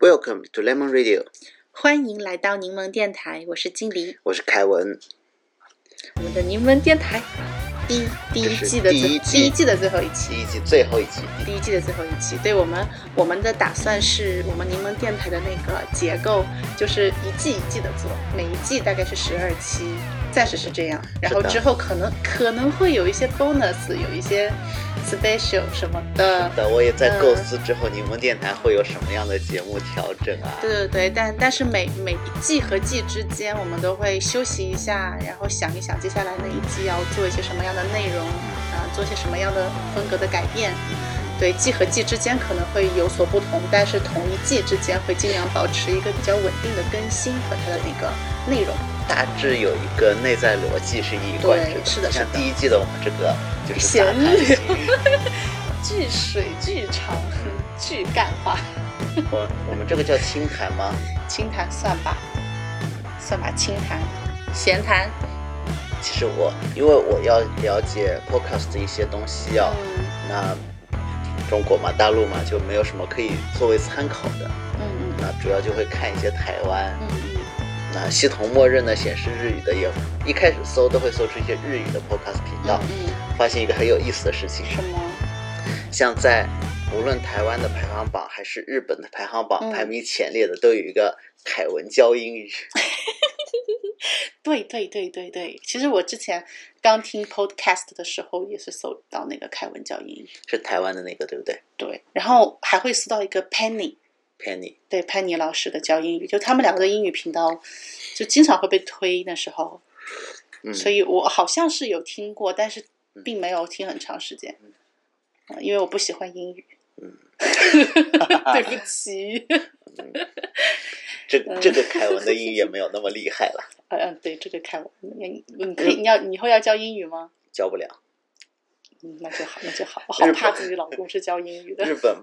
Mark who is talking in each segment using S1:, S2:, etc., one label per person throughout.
S1: Welcome to Lemon Radio，
S2: 欢迎来到柠檬电台，我是金黎。
S1: 我是凯文。
S2: 我们的柠檬电台第第一季的
S1: 这是第一
S2: 最
S1: 季
S2: 第一季的最后一期，
S1: 第一季最后一期，
S2: 第一季的最后一期。对我们我们的打算是我们柠檬电台的那个结构，就是一季一季的做，每一季大概是十二期，暂时是这样。然后
S1: 是的
S2: 之后可能可能会有一些 bonus，有一些 special 什么的。
S1: 那我也在
S2: 嗯
S1: 构思之后，你们电台会有什么样的节目调整啊？
S2: 对对对，但但是每每一季和季之间，我们都会休息一下，然后想一想接下来那一季要做一些什么样的内容，啊，做些什么样的风格的改变。对，季和季之间可能会有所不同，但是同一季之间会尽量保持一个比较稳定的更新和它的那个内容。
S1: 大致有一个内在逻辑是一以贯之
S2: 对是的
S1: 像
S2: 是的
S1: 第一季的我们这个就是
S2: 闲
S1: 杂谈型，
S2: 巨水巨长，巨干话，
S1: 我 我们这个叫清谈吗？
S2: 清谈算吧，算吧，清谈，闲谈，
S1: 其实我因为我要了解 podcast 的一些东西啊，
S2: 嗯
S1: 那中国嘛，大陆嘛，就没有什么可以作为参考的。
S2: 嗯嗯
S1: 那主要就会看一些台湾。
S2: 嗯嗯。
S1: 那系统默认呢显示日语的也，一开始搜都会搜出一些日语的 podcast 频道。
S2: 嗯
S1: 发现一个很有意思的事情
S2: 嗯，，什么？
S1: 像在无论台湾的排行榜还是日本的排行榜，
S2: 嗯
S1: 排名前列的都有一个凯文教英语。
S2: 对对对对对，其实我之前刚听 podcast 的时候，也是搜到那个凯文教英语，
S1: 是台湾的那个对不对
S2: 对，然后还会搜到一个 Penny，
S1: ？Penny，
S2: 对潘妮老师的教英语，就他们两个的英语频道，就经常会被推那时候，
S1: 嗯，
S2: 所以我好像是有听过，但是并没有听很长时间，嗯因为我不喜欢英语， 对不起，
S1: 这这个凯文的英语也没有那么厉害了，
S2: 嗯嗯，对，这个凯文，你你可以你要你以后要教英语吗？
S1: 教不了。
S2: 嗯，那就好，那就好，我好怕自己老公是教英语的。
S1: 日本，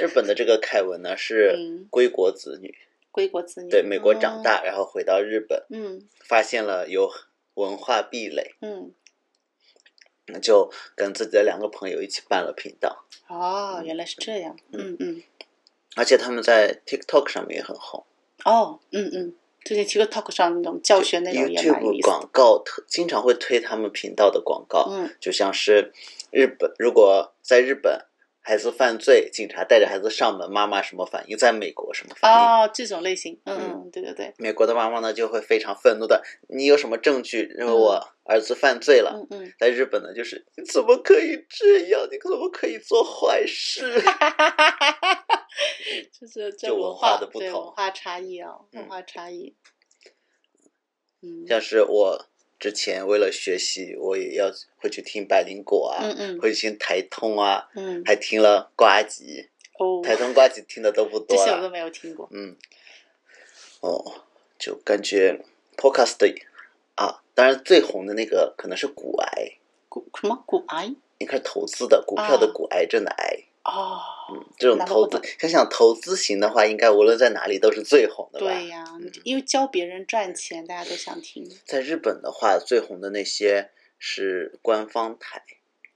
S1: 日本的这个凯文呢是
S2: 嗯
S1: 归国子女，
S2: 归国子女，哦
S1: 对美国长大，然后回到日本，
S2: 嗯。
S1: 发现了有文化壁垒，
S2: 嗯
S1: 那就跟自己的两个朋友一起办了频道，
S2: 嗯，哦，原来是这样，嗯嗯，
S1: 而且他们在 TikTok 上面也很红。
S2: 哦，嗯嗯，最近 TikTok 上那种教学内容也蛮有
S1: YouTube
S2: 意思的
S1: 广，告特经常会推他们频道的广告，
S2: 嗯
S1: 就像是日本，如果在日本孩子犯罪，警察带着孩子上门，妈妈什么反应？在美国什么反应？
S2: 哦，这种类型，嗯嗯，对对对，
S1: 美国的妈妈呢就会非常愤怒的，你有什么证据认为我儿子犯罪了？
S2: 嗯嗯，
S1: 在日本呢，就是你怎么可以这样？你怎么可以做坏事？
S2: 就是这
S1: 就文
S2: 文
S1: 化
S2: 化
S1: 的不
S2: 对
S1: 同
S2: 文化差异啊，文
S1: 嗯
S2: 化差异，嗯
S1: 像是我之前为了学习，我也要会去听百灵果啊，
S2: 嗯嗯
S1: 会去听台通啊，
S2: 嗯，
S1: 还听了瓜吉。
S2: 哦，
S1: 台东瓜子听的都不
S2: 这
S1: 多
S2: 些我都
S1: 了，
S2: 没有听过，
S1: 嗯，哦，就感觉 podcast 的啊，当然最红的那个可能是骨癌，
S2: 古什么古癌
S1: 应该是投资的股票的股，癌症的癌，
S2: 哦，
S1: 这种投
S2: 啊那
S1: 资
S2: 不，
S1: 想想投资型的话，应该无论在哪里都是最红的吧。嗯
S2: 对呀，因为教别人赚钱，大家都想听，
S1: 在日本的话，最红的那些是官方台，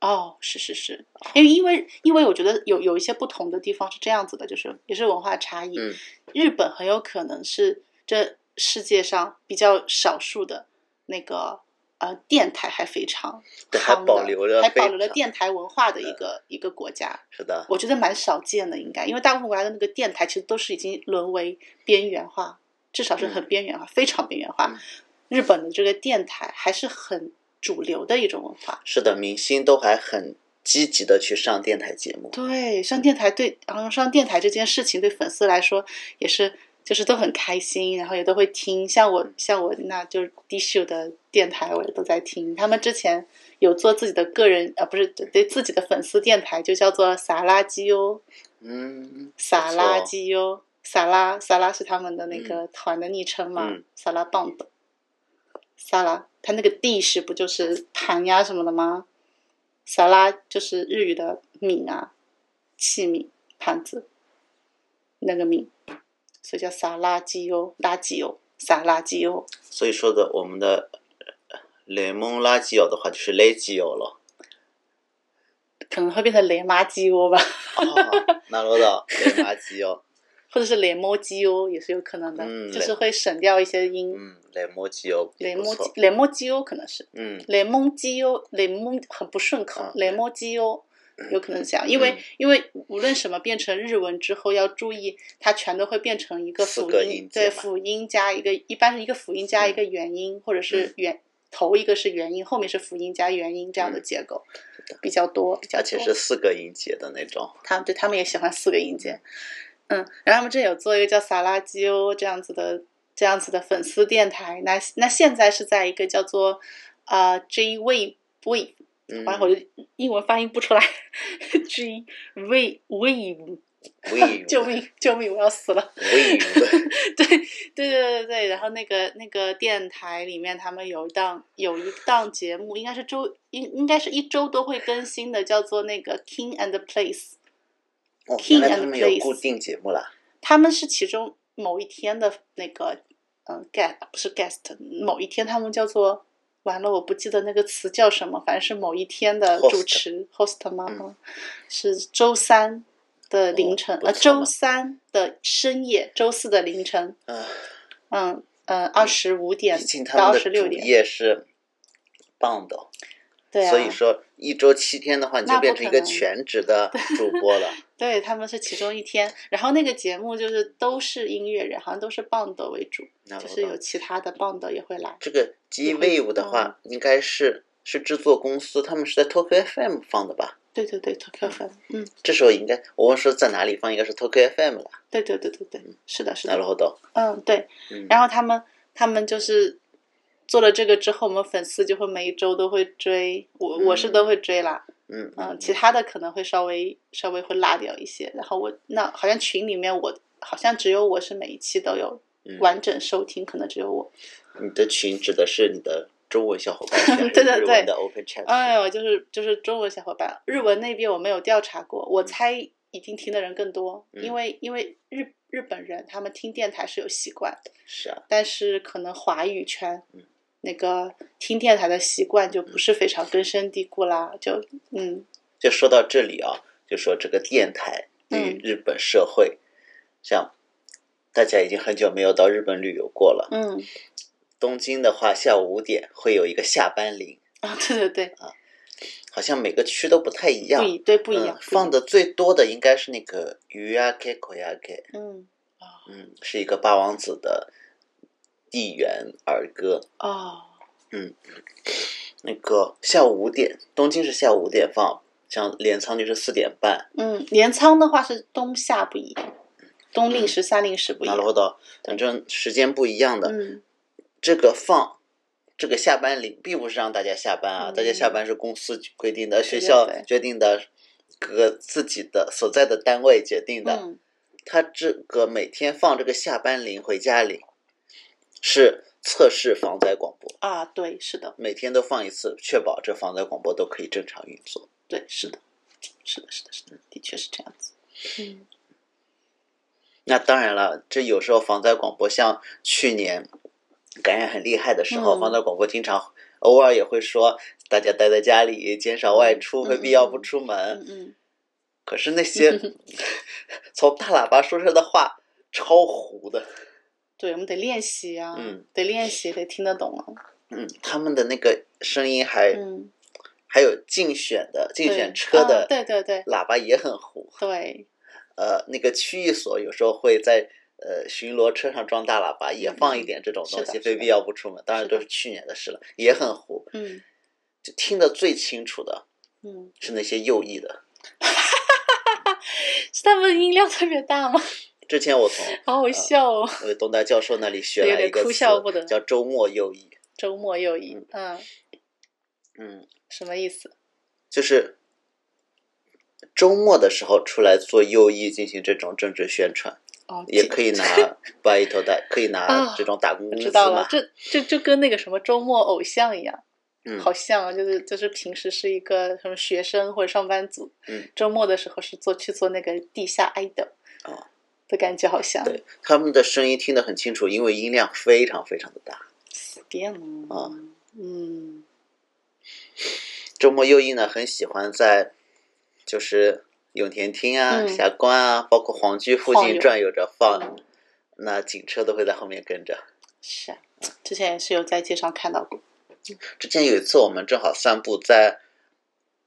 S2: 哦，是是是，因为因为因为我觉得有有一些不同的地方是这样子的，就是也是文化差异。
S1: 嗯
S2: 日本很有可能是这世界上比较少数的那个呃电台还非常
S1: 对还
S2: 夯的
S1: 保留着
S2: 还
S1: 非
S2: 保留了
S1: 常嗯
S2: 电台文化的一个、一个国家，
S1: 是的，
S2: 我觉得蛮少见的，应该因为大部分国家的那个电台其实都是已经沦为边缘化，至少是很边缘化，非常边缘化。
S1: 嗯
S2: 日本的这个电台还是很主流的一种文化。
S1: 是的，明星都还很积极的去上电台节目，
S2: 对，上电台对，然后上电台这件事情对粉丝来说也是，就是都很开心，然后也都会听。像我，像我那就是 D s h 的电台，我也都在听。他们之前有做自己的个人，呃，不是对自己的粉丝电台，就叫做撒拉基哦欧，
S1: 嗯，
S2: 撒拉
S1: 不错
S2: 基欧，撒拉撒拉是他们的那个团的昵称嘛
S1: 嗯，
S2: 撒拉棒的，撒拉，他那个 D 是不就是盘呀什么的吗？撒拉就是日语的米啊，器皿、盘子，那个米，所以叫撒拉基欧，垃圾欧，撒拉基欧，
S1: 所以说的我们的呃雷蒙拉基友的话就是 l a g i o 了。
S2: 可能会变成雷妈基欧吧。
S1: 哦，那罗导雷马基友，
S2: 或者是连摸鸡哦，也是有可能的，
S1: 嗯
S2: 就是会省掉一些音。
S1: 嗯，雷摩基欧，
S2: 连摸
S1: 不
S2: 鸡
S1: 错，
S2: 连摸鸡哦，可能是
S1: 嗯
S2: 连摸鸡哦，连摸很不顺口
S1: 啊，
S2: 连摸鸡哦，有可能是这样，因为、
S1: 嗯
S2: 因为无论什么变成日文之后，要注意它全都会变成一个
S1: 四
S2: 辅
S1: 个
S2: 音，
S1: 音节
S2: 对，
S1: 嘛
S2: 辅音加一个，一般是一个辅音加一个元音，或者是
S1: 嗯
S2: 元、头一个是元音，后面是辅音加元音这样的
S1: 嗯
S2: 结构、比较多，比较
S1: 而
S2: 多。
S1: 且是四个音节的那种，
S2: 他们对他们也喜欢四个音节，嗯，然后他们这有做一个叫萨拉基欧这样子的这样子的粉丝电台，那那现在是在一个叫做啊 J Wave Wave，
S1: 嗯
S2: 完了我就英文发音不出来 ，J Wave Wave，
S1: ，we
S2: 救命救命，我要死了。
S1: we
S2: 对对对对对，然后那个那个电台里面，他们有一档有一档节目，应该是周应应该是一周都会更新的，叫做那个 King and the Place。
S1: 哦，原
S2: King
S1: 来他
S2: and
S1: 们有
S2: place
S1: 固定节目啦，
S2: 他们是其中某一天的那个，嗯，guest 不是 guest，某一天他们叫做，完了我不记得那个词叫什么，反正是某一天的
S1: Host
S2: 主持 host 吗？
S1: 嗯
S2: 是周三的凌晨，
S1: 哦不
S2: 呃，
S1: 错嘛
S2: 周三的深夜，周四的凌晨，
S1: 嗯，
S2: 嗯呃，二十五点
S1: 毕竟他
S2: 到
S1: 们
S2: 二
S1: 的
S2: 十六
S1: 主
S2: 点，
S1: 业是 bond，哦
S2: 对啊，
S1: 所以说一周七天的话，你
S2: 那
S1: 就
S2: 不
S1: 变成一
S2: 可
S1: 个
S2: 能
S1: 全职的主播 了，
S2: 对他们是其中一天，然后那个节目就是都是音乐人，好像都是 band 为主，
S1: 那
S2: 就是有其他的 band 也会来。
S1: 这个 G
S2: 会
S1: Wave 的话，
S2: 嗯
S1: 应该是是制作公司，他们是在 Tokyo FM 放的吧？
S2: 对对对，Tokyo FM，嗯，
S1: 这时候应该我问说在哪里放，应该是 Tokyo FM 了。
S2: 对对对对对，是的，是
S1: なる
S2: 的，
S1: ほど。
S2: 嗯，对
S1: 嗯。
S2: 然后他们他们就是做了这个之后，我们粉丝就会每一周都会追，我我是
S1: 嗯
S2: 都会追啦，
S1: 嗯
S2: 嗯，其他的可能会稍微稍微会落掉一些。然后我那好像群里面我好像只有我是每一期都有
S1: 嗯
S2: 完整收听，可能只有我。
S1: 你的群指的是你的中文小伙伴群，还是
S2: 对对对
S1: 日文的 Open Chat 群。
S2: 哎呦，就是就是中文小伙伴，日文那边我没有调查过，我猜一定听的人更多，
S1: 嗯
S2: 因为因为日日本人他们听电台是有习惯的。
S1: 是啊，
S2: 但是可能华语圈
S1: 嗯，
S2: 那个听电台的习惯就不是非常根深蒂固啦，就嗯，
S1: 就说到这里啊，就说这个电台对于
S2: 嗯
S1: 日本社会，像大家已经很久没有到日本旅游过了。
S2: 嗯
S1: 东京的话，下午五点会有一个下班铃，
S2: 啊， 对对对，
S1: 好像每个区都不太一样
S2: 不。一对不一样，
S1: 嗯，放的最多的应该是那个啊 Uyake Koyake，
S2: 嗯
S1: 嗯，是一个八王子的地缘儿歌。
S2: 哦，
S1: 那个下午五点，东京是下午五点放，像镰仓就是四点半。
S2: 嗯，镰仓的话是冬夏不一样，冬令时、夏令时不一
S1: 拿
S2: 样，
S1: 罗到，反正时间不一样的。
S2: 嗯
S1: 这个放，这个下班铃并不是让大家下班啊，
S2: 嗯
S1: 大家下班是公司规定的，学
S2: 对
S1: 校
S2: 对
S1: 决定的，各个自己的所在的单位决定的。
S2: 嗯
S1: 他这个每天放这个下班铃、回家铃，是测试防灾广播，
S2: 啊，对，是的，
S1: 每天都放一次，确保这防灾广播都可以正常运作。
S2: 对，是的，是的，是的，是
S1: 嗯
S2: 的，的确是这样子，嗯
S1: 那当然了，这有时候防灾广播像去年感染很厉害的时候，
S2: 嗯
S1: 防灾广播经常偶尔也会说大家待在家里，减少外出，
S2: 嗯
S1: 非
S2: 嗯
S1: 必要
S2: 嗯
S1: 不出门。
S2: 嗯嗯，
S1: 可是那些 从大喇叭说出来的话超糊的，
S2: 对，我们得练习啊，
S1: 嗯
S2: 得练习，得听得懂啊，
S1: 嗯，他们的那个声音还、
S2: 嗯，
S1: 还有竞选的竞
S2: 对
S1: 选车
S2: 啊
S1: 的
S2: 对对对
S1: 喇叭也很糊，
S2: 对，
S1: 呃，那个区域所有时候会在呃巡逻车上装大喇叭，也放一点这种
S2: 嗯是
S1: 东
S2: 的
S1: 西，
S2: 是
S1: 非
S2: 的
S1: 必要不出门。当然
S2: 是的
S1: 都是去年的事了，也很糊。
S2: 嗯
S1: 就听得最清楚的
S2: 嗯。
S1: 是那些右翼的。
S2: 是他们音量特别大吗？
S1: 之前我从
S2: 好好笑哦！
S1: 我东大教授那里学
S2: 有
S1: 来
S2: 点
S1: 一个
S2: 哭
S1: 词
S2: 笑不得，
S1: 叫“周末右翼
S2: 周末又一，嗯，”。
S1: 嗯，
S2: 什么意思？
S1: 就是周末的时候出来做右翼进行这种政治宣传，
S2: 哦，
S1: 也
S2: 这
S1: 可以 拿白头带，可以拿
S2: 啊
S1: 这种打工
S2: 我
S1: 工
S2: 知
S1: 资
S2: 道了
S1: 嘛，。
S2: 这这就跟那个什么周末偶像一样，
S1: 嗯
S2: 好像啊就是就是平时是一个什么学生或者上班族，
S1: 嗯
S2: 周末的时候是做去做那个地下 idol
S1: 哦
S2: 的感觉，好像
S1: 对，他们的声音听得很清楚，因为音量非常非常的大。
S2: 死定了
S1: 啊
S2: 嗯
S1: 周末右翼呢，很喜欢在就是永田町啊、
S2: 嗯
S1: 霞关啊，包括皇居附
S2: 晃
S1: 近
S2: 悠
S1: 转悠着放
S2: 嗯，
S1: 那警车都会在后面跟着。
S2: 是啊，之前也是有在街上看到过。
S1: 之前有一次我们正好散步在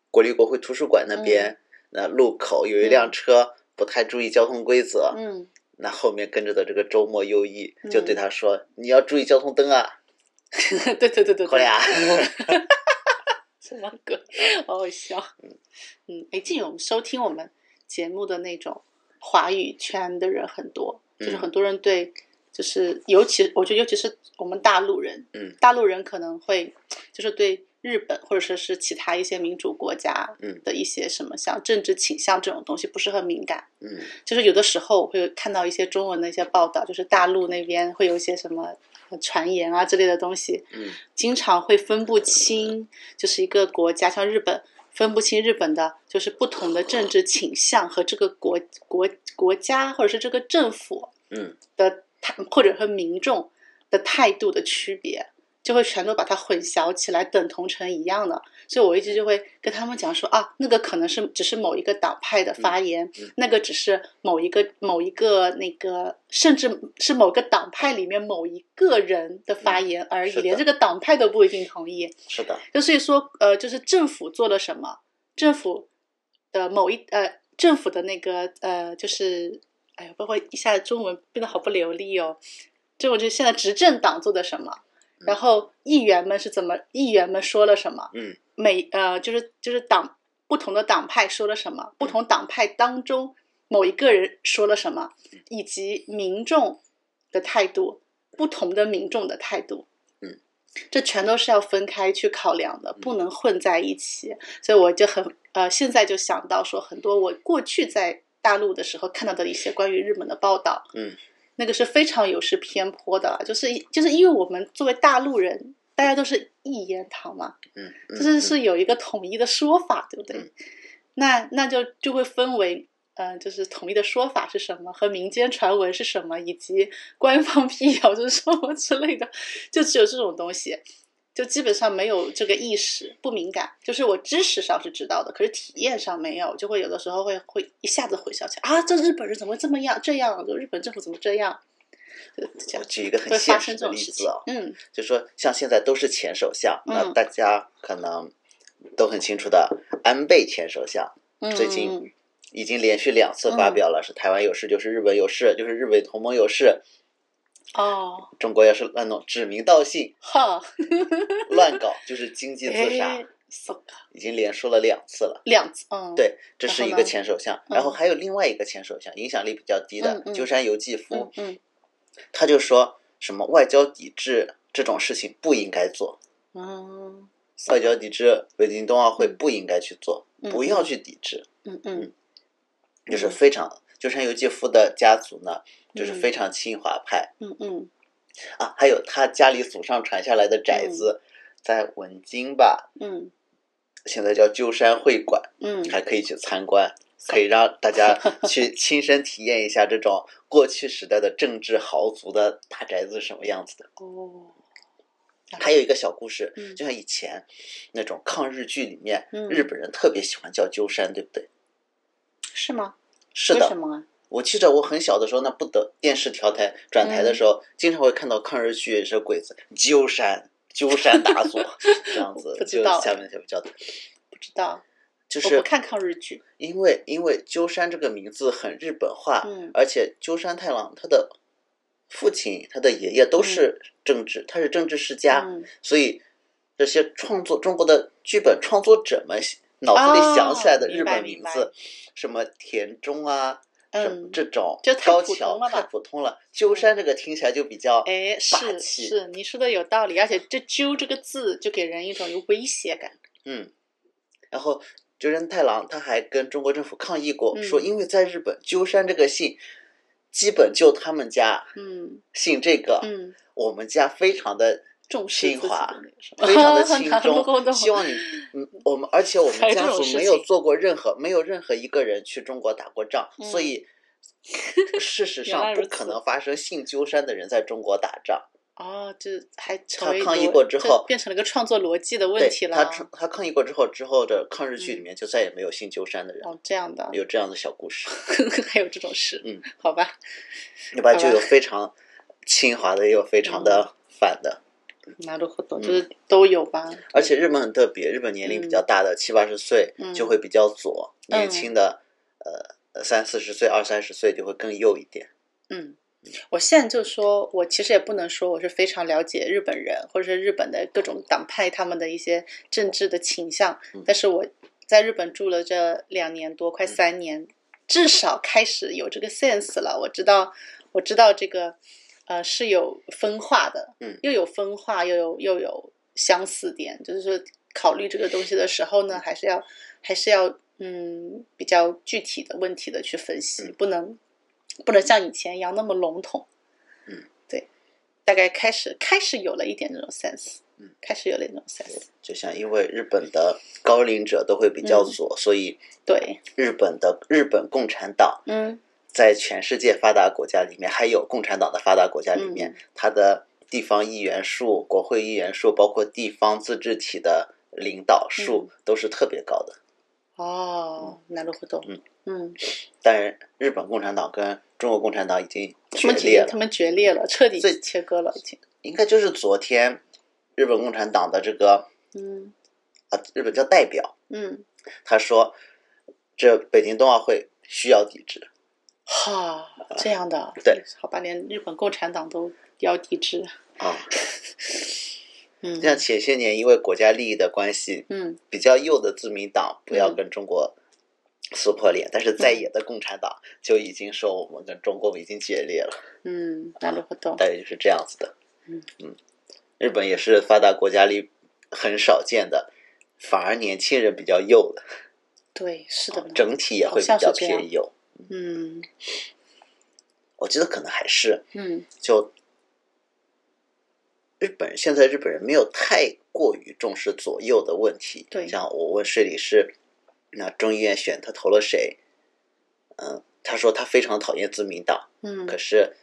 S1: 国立国会图书馆那
S2: 嗯
S1: 边，那路口有一辆车不太注意交通规则，
S2: 嗯，
S1: 那后面跟着的这个周末优一
S2: 嗯
S1: 就对他说：“你要注意交通灯啊，
S2: 对对对对嗯对，
S1: 过来啊！”
S2: 什么鬼？好好笑。嗯，哎，这种收听我们节目的那种华语圈的人很多，就是
S1: 嗯
S2: 很多人对，就是尤其我觉得尤其是我们大陆人，
S1: 嗯，
S2: 大陆人可能会就是对日本或者说是其他一些民主国家，
S1: 嗯
S2: 的一些什么像政治倾向这种东西不是很敏感。
S1: 嗯
S2: 就是有的时候我会看到一些中文的一些报道，就是大陆那边会有一些什么呃传言啊之类的东西，
S1: 嗯
S2: 经常会分不清，就是一个国家像日本分不清日本的就是不同的政治倾向和这个国国国家或者是这个政府
S1: 嗯
S2: 的态或者和民众的态度的区别，就会全都把它混淆起来，等同成一样的。所以我一直就会跟他们讲说啊，那个可能是只是某一个党派的发言，
S1: 嗯嗯
S2: 那个只是某一个某一个那个，甚至是某个党派里面某一个人的发言而已，
S1: 是的
S2: 连这个党派都不一定同意。
S1: 是的，
S2: 就所以说，呃，就是政府做了什么，政府的某一呃，政府的那个呃，就是哎呀，包括一下子中文变得好不流利哦。这我就现在执政党做的什么，然后议员们是怎么，议员们说了什么，
S1: 嗯，
S2: 每呃就是就是党不同的党派说了什么，不同党派当中某一个人说了什么，
S1: 嗯
S2: 以及民众的态度，不同的民众的态度，
S1: 嗯，
S2: 这全都是要分开去考量的，不能混在一起。所以我就很呃，现在就想到说，很多我过去在大陆的时候看到的一些关于日本的报道，
S1: 嗯，
S2: 那个是非常有失偏颇的，就是就是因为我们作为大陆人，大家都是一言堂嘛，
S1: 嗯，
S2: 就是
S1: 嗯
S2: 是有一个统一的说法，对不对？
S1: 嗯
S2: 那那就就会分为，呃，就是统一的说法是什么，和民间传闻是什么，以及官方 辟谣是什么之类的，就只有这种东西，就基本上没有这个意识，不敏感。就是我知识上是知道的，可是体验上没有，就会有的时候会会一下子回想起啊，这日本人怎么会这么样这样？就日本政府怎么这样？就这
S1: 我
S2: 样
S1: 举一个
S2: 会
S1: 很
S2: 发
S1: 现实
S2: 生这
S1: 的
S2: 种
S1: 例
S2: 事
S1: 子
S2: 情
S1: 啊、。
S2: 嗯
S1: 就说像现在都是前首相，
S2: 嗯
S1: 那大家可能都很清楚的，安倍前首相
S2: 嗯，
S1: 最近已经连续两次发表了，是台湾有事就是日本有事，就是日本同盟有事，
S2: 哦，
S1: 中国要是那种指名道姓
S2: 哈，
S1: 乱搞，就是经 济自
S2: 哎
S1: 杀，
S2: so-
S1: 已经连说了两次了。
S2: 两次，嗯，
S1: 对，这是一
S2: 然后
S1: 个
S2: 呢
S1: 前首相，
S2: 嗯
S1: 然后还有另外一个前首相，影响力比较低的
S2: 嗯嗯
S1: 鸠山由纪
S2: 嗯
S1: 夫，
S2: 嗯
S1: 他就说什么外交抵制这种事情不应该做，
S2: 嗯
S1: 外交抵制北京冬奥会不应该去做，
S2: 嗯
S1: 不要去抵制，
S2: 嗯嗯
S1: 就是非常鸠山由纪夫的家族呢，就是
S2: 嗯
S1: 非常亲华派、
S2: 嗯嗯
S1: 啊，还有他家里祖上传下来的宅子，在文京吧，
S2: 嗯
S1: 现在叫鸠山会馆，
S2: 嗯
S1: 还可以去参观。可以让大 家去亲身体验一下这种过去时代的政治豪族的大宅子是什么样子的。
S2: 哦，
S1: 还有一个小故事，
S2: 嗯
S1: 就像以前那种抗日剧里面，
S2: 嗯
S1: 日本人特别喜欢叫鸠山，对不对？
S2: 是吗？
S1: 是
S2: 为
S1: 的
S2: 什，么啊？
S1: 我记得我很小的时候，那不得电视调台转台
S2: 嗯
S1: 的时候，经常会看到抗日剧是鬼子鸠山鸠山 打佐这样子，
S2: 不知
S1: 就
S2: 道
S1: 下面下面叫的，
S2: 不知道，
S1: 就
S2: 我不
S1: 是
S2: 看抗日剧。
S1: 因为因为鸠山这个名字很日本化，
S2: 嗯
S1: 而且鸠山太郎他的父亲、他的爷爷都是政治，他是政治世家，
S2: 嗯
S1: 所以这些创作中国的剧本创作者们脑子里想起来的日本名字，
S2: 哦明白明
S1: 什么田中啊，什么
S2: 嗯，
S1: 这种
S2: 就太
S1: 高
S2: 普通
S1: 桥
S2: 了吧嗯
S1: 太普通了。鸠山这个听起来就比较
S2: 哎，
S1: 霸
S2: 是
S1: 气
S2: 是，你说的有道理，而且这“揪”这个字就给人一种有威胁感。
S1: 嗯，然后。鸠山太郎他还跟中国政府抗议过，
S2: 嗯
S1: 说因为在日本鸠山这个姓，基本就他们家
S2: 嗯
S1: 姓这个，
S2: 嗯，
S1: 我们家非常的
S2: 重视
S1: 清
S2: 自己
S1: 华
S2: 的那个什么，
S1: 非常 的
S2: な
S1: 轻
S2: るほ
S1: 中，
S2: ど
S1: 希 望你，嗯，我们而且我
S2: 还
S1: 们
S2: 有这
S1: 家
S2: 种
S1: 族
S2: 事
S1: 没有
S2: 情
S1: 做过任何，没有任何一个人去中国打过仗，所
S2: 嗯
S1: 以事实
S2: 原来
S1: 上
S2: 如
S1: 不可
S2: 此
S1: 能发生姓鸠山的人在中国打仗。
S2: 哦，这还成
S1: 他
S2: 为
S1: 抗议
S2: 逻
S1: 过之
S2: 这
S1: 后
S2: 变成了个创作逻辑的问
S1: 对
S2: 题了。
S1: 他出他抗议过之后，之后的抗日剧里
S2: 嗯
S1: 面就再也没有姓鸠山的人了，
S2: 哦，这样的，
S1: 有这样的小故事，
S2: 还有这种事，
S1: 嗯，
S2: 好吧，
S1: 对吧？
S2: 好吧嗯
S1: 就有非常亲华的，也有非常的反的。
S2: なるほど，
S1: 嗯
S2: 就是都有吧。
S1: 而且日本很特别，日本年龄比较大的七八十岁
S2: 嗯
S1: 就会比较左，
S2: 嗯
S1: 年轻的呃三四十岁、二三十岁就会更右一点。
S2: 嗯，我现在就说，我其实也不能说我是非常了解日本人，或者是日本的各种党派他们的一些政治的倾向
S1: 嗯，
S2: 但是我在日本住了这两年多，快三年，至少开始有这个 sense 了。我知道，我知道这个，呃，是有分化的，
S1: 嗯
S2: 又有分化，又有又有相似点，就是说考虑这个东西的时
S1: 嗯
S2: 候呢，还是要还是要嗯比较具体的问题的去分析，
S1: 嗯
S2: 不能不能像以前一样那么笼统。
S1: 嗯，
S2: 对，大概开始开始有了一点这种 sense，
S1: 嗯，
S2: 开始有了一种 sense，
S1: 就像因为日本的高龄者都会比较
S2: 嗯
S1: 左，所以
S2: 对，
S1: 日本的日本共产党
S2: 嗯
S1: 在全世界发达国家里面，还有共产党的发达国家里面，
S2: 嗯
S1: 它的地方议员数、国会议员数，包括地方自治体的领导数、
S2: 嗯
S1: 都是特别高的。
S2: 哦，なるほど，
S1: 嗯
S2: 嗯，
S1: 当然，日本共产党跟中国共产党已经
S2: 他
S1: 决
S2: 们已
S1: 裂
S2: 经
S1: 了
S2: 他。们决裂了，彻底
S1: 最
S2: 切割了，已经，
S1: 应该就是昨天，日本共产党的这个
S2: 嗯
S1: 啊，日本叫代表，
S2: 嗯，
S1: 他说，这北京冬奥会需要抵制。
S2: 哈，这样的，
S1: 对，
S2: 好吧，连日本共产党都要抵制，
S1: 啊，
S2: 嗯
S1: 像前些年因为国家利益的关系，
S2: 嗯
S1: 比较右的自民党不要跟中国撕破脸，但是在
S2: 嗯
S1: 野的共产党就已经说我们跟中国已经决裂了，
S2: 嗯，なるほど，
S1: 大概就是这样子的。
S2: 嗯
S1: 嗯，日本也是发达国家里很少见的，反而年轻人比较右的，
S2: 对，是的呢，
S1: 整体也会比
S2: 嗯好像
S1: 较
S2: 是这样
S1: 偏右。
S2: 嗯
S1: 我觉得可能还是
S2: 嗯
S1: 就日本现在日本人没有太过于重视左右的问题。
S2: 对
S1: 像我问税理师，那众议院选他投了谁？嗯，他说他非常讨厌自民党，
S2: 嗯
S1: 可是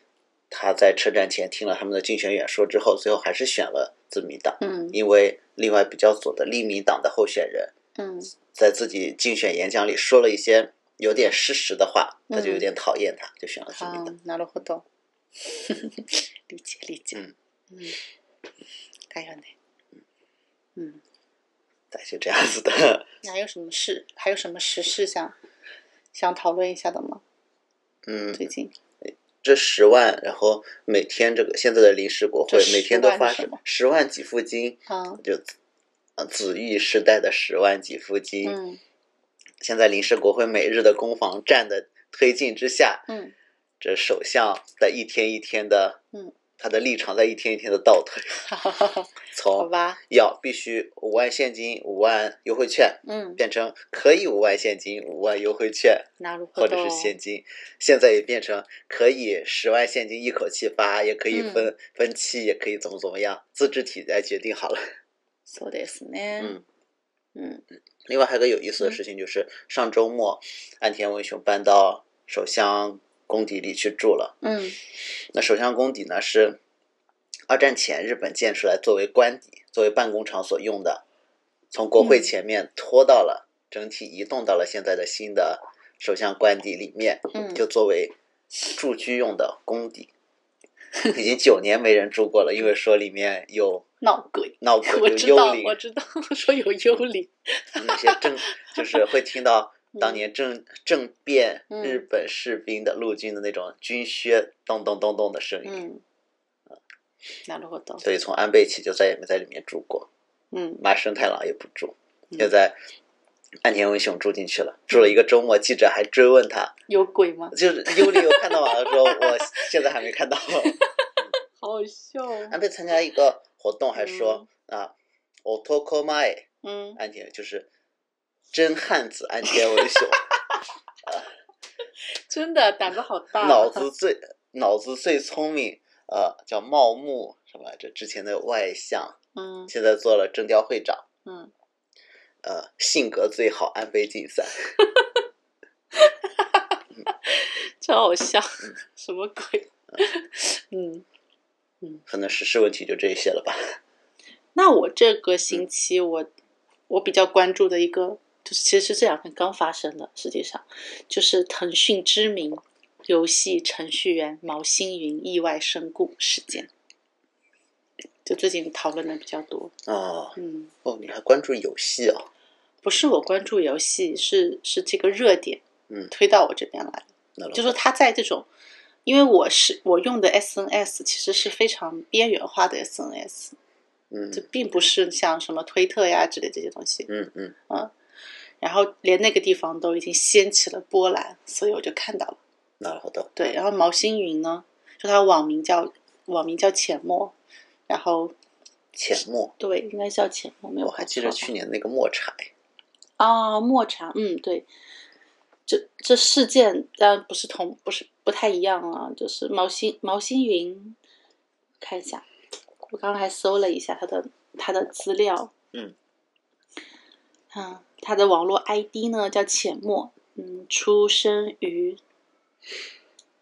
S1: 他在车站前听了他们的竞选演说之后，最后还是选了自民党，
S2: 嗯
S1: 因为另外比较左的立民党的候选人
S2: 嗯，
S1: 在自己竞选演讲里说了一些有点失实的话，他就有
S2: 嗯
S1: 点讨厌他，就选了自民
S2: 好
S1: 党。，
S2: なるほど。 理解理解。嗯
S1: うん
S2: うん。だよね。嗯，
S1: 大概就这样子的。
S2: 那还有什么事？还有什么时事想想讨论一下的吗？
S1: 嗯，
S2: 最近
S1: 这十万，然后每天这个现在的临时国会
S2: 这10
S1: 每天都
S2: 万
S1: 发
S2: 是什么
S1: 十万给付金，
S2: 啊，
S1: 就呃子玉时代的十万给付金。
S2: 嗯
S1: 现在临时国会每日的攻防战的推进之下，
S2: 嗯，
S1: 这首相在一天一天的，
S2: 嗯，
S1: 他的立场在一天一天的倒 退，
S2: 好
S1: 从
S2: 吧，
S1: 要必须五万现金、五万优惠券，
S2: 嗯，
S1: 变成可以五万现金、五万优惠券。
S2: なるほ
S1: 或
S2: ど
S1: 者。是现金，现在也变成可以十万现金一口气发，也可以分、分期，也可以怎么怎么样，自治体来决定好了。
S2: そうですね。
S1: 嗯，
S2: 嗯
S1: 另外还有个有意思的事情就是，上周末岸田文雄搬到首相官邸里去住了。
S2: 嗯
S1: 那首相官邸呢是二战前日本建出来作为官邸、作为办公场所用的，从国会
S2: 嗯
S1: 前面拖到了、整体移动到了现在的新的首相官邸里面。
S2: 嗯，
S1: 就作为住居用的工地，已经九年没人住过了，因为说里面有
S2: 闹鬼。
S1: 闹
S2: 我
S1: 鬼、
S2: 知
S1: 有幽
S2: 道，
S1: 灵
S2: 我，知道， 说有幽灵。
S1: 那些政就是会听到当
S2: 嗯
S1: 年政政变
S2: 嗯
S1: 日本士兵的陆军的那种军靴咚咚咚咚的声音，
S2: 嗯，なるほど。
S1: 所以从安倍起就再也没在里面住过，
S2: 嗯
S1: 麻生太郎也不住，
S2: 嗯
S1: 现在。岸田文雄住进去了，住了一个周末，记者还追问他，
S2: 有鬼吗？
S1: 就是幽灵有看到吗？他说我现在还没看到。
S2: 好好笑哦。
S1: 安倍参加一个活动，还说、啊，我脱口麦
S2: 嗯，
S1: 安田就是真汉子安田文雄，
S2: 真的胆子好 大。啊
S1: 脑子最脑子最聪明，呃，叫茂木什么来着？之前的外相，
S2: 嗯
S1: 现在做了政调会长，
S2: 嗯，
S1: 呃，性格最好，安倍晋三。
S2: 真好笑，什么鬼？嗯嗯，
S1: 可能实施问题就这些了吧。
S2: 那我这个星期我我比较关注的一个，就是其实是这两天刚发生的，实际上就是腾讯知名游戏程序员毛星云意外身故事件，就最近讨论的比较多。
S1: 哦
S2: 嗯，
S1: 哦，你还关注游戏哦？
S2: 不是我关注游戏，是是这个热点，
S1: 嗯
S2: 推到我这边来的。
S1: 那老
S2: 就说他在这种，因为我是我用的 SNS 其实是非常边缘化的 SNS，
S1: 嗯
S2: 就并不是像什么推特呀之类这些东西，
S1: 嗯嗯，
S2: 然后连那个地方都已经掀起了波澜，所以我就看到了。
S1: 那好的，
S2: 对，然后毛星云呢，就他网名叫网名叫浅墨，然后
S1: 浅墨，
S2: 对，应该叫浅墨，没有
S1: 我还记得
S2: 搞错吧
S1: 去年那个墨柴，
S2: 啊，墨茶，嗯，对，这这事件当然不是同，不是不太一样啊，就是毛新毛新云，看一下，我刚刚还搜了一下他的他的资料，
S1: 嗯，
S2: 啊，他的网络 ID 呢叫浅墨，嗯，出生于，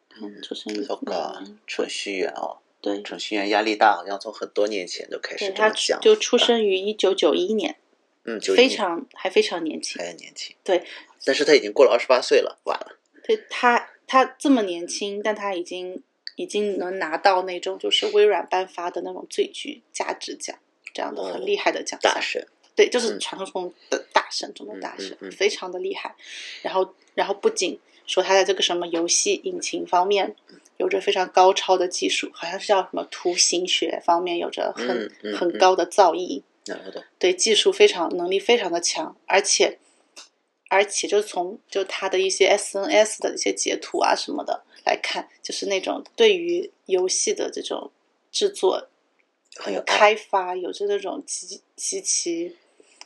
S2: 看出生于
S1: 糟糕
S2: 哪年，
S1: 程序员哦，
S2: 对，
S1: 程序员压力大，好像从很多年前就开
S2: 对
S1: 始这
S2: 他
S1: 么讲，
S2: 就出生于一九九一年，
S1: 嗯，91
S2: 非常还非常年轻，
S1: 还年轻，
S2: 对，
S1: 但是他已经过了二十八岁了，晚了，
S2: 对他，他这么年轻，但他已经已经能拿到那种就是微软颁发的那种最具价值奖，这样的
S1: 哦
S2: 很厉害的奖项。
S1: 大神，
S2: 对，就是
S1: 嗯
S2: 传说中的大神中的大神
S1: 嗯嗯，嗯
S2: 非常的厉害。然后，然后不仅说他在这个什么游戏引擎方面有着非常高超的技术，好像是叫什么图形学方面有着很
S1: 嗯、嗯
S2: 很
S1: 嗯
S2: 高的造诣。
S1: 那好的，
S2: 对技术非常能力非常的强，而且而且就是从就他的一些 SNS 的一些截图啊什么的来看，就是那种对于游戏的这种制作、
S1: 很有爱，
S2: 开发有着那种极极其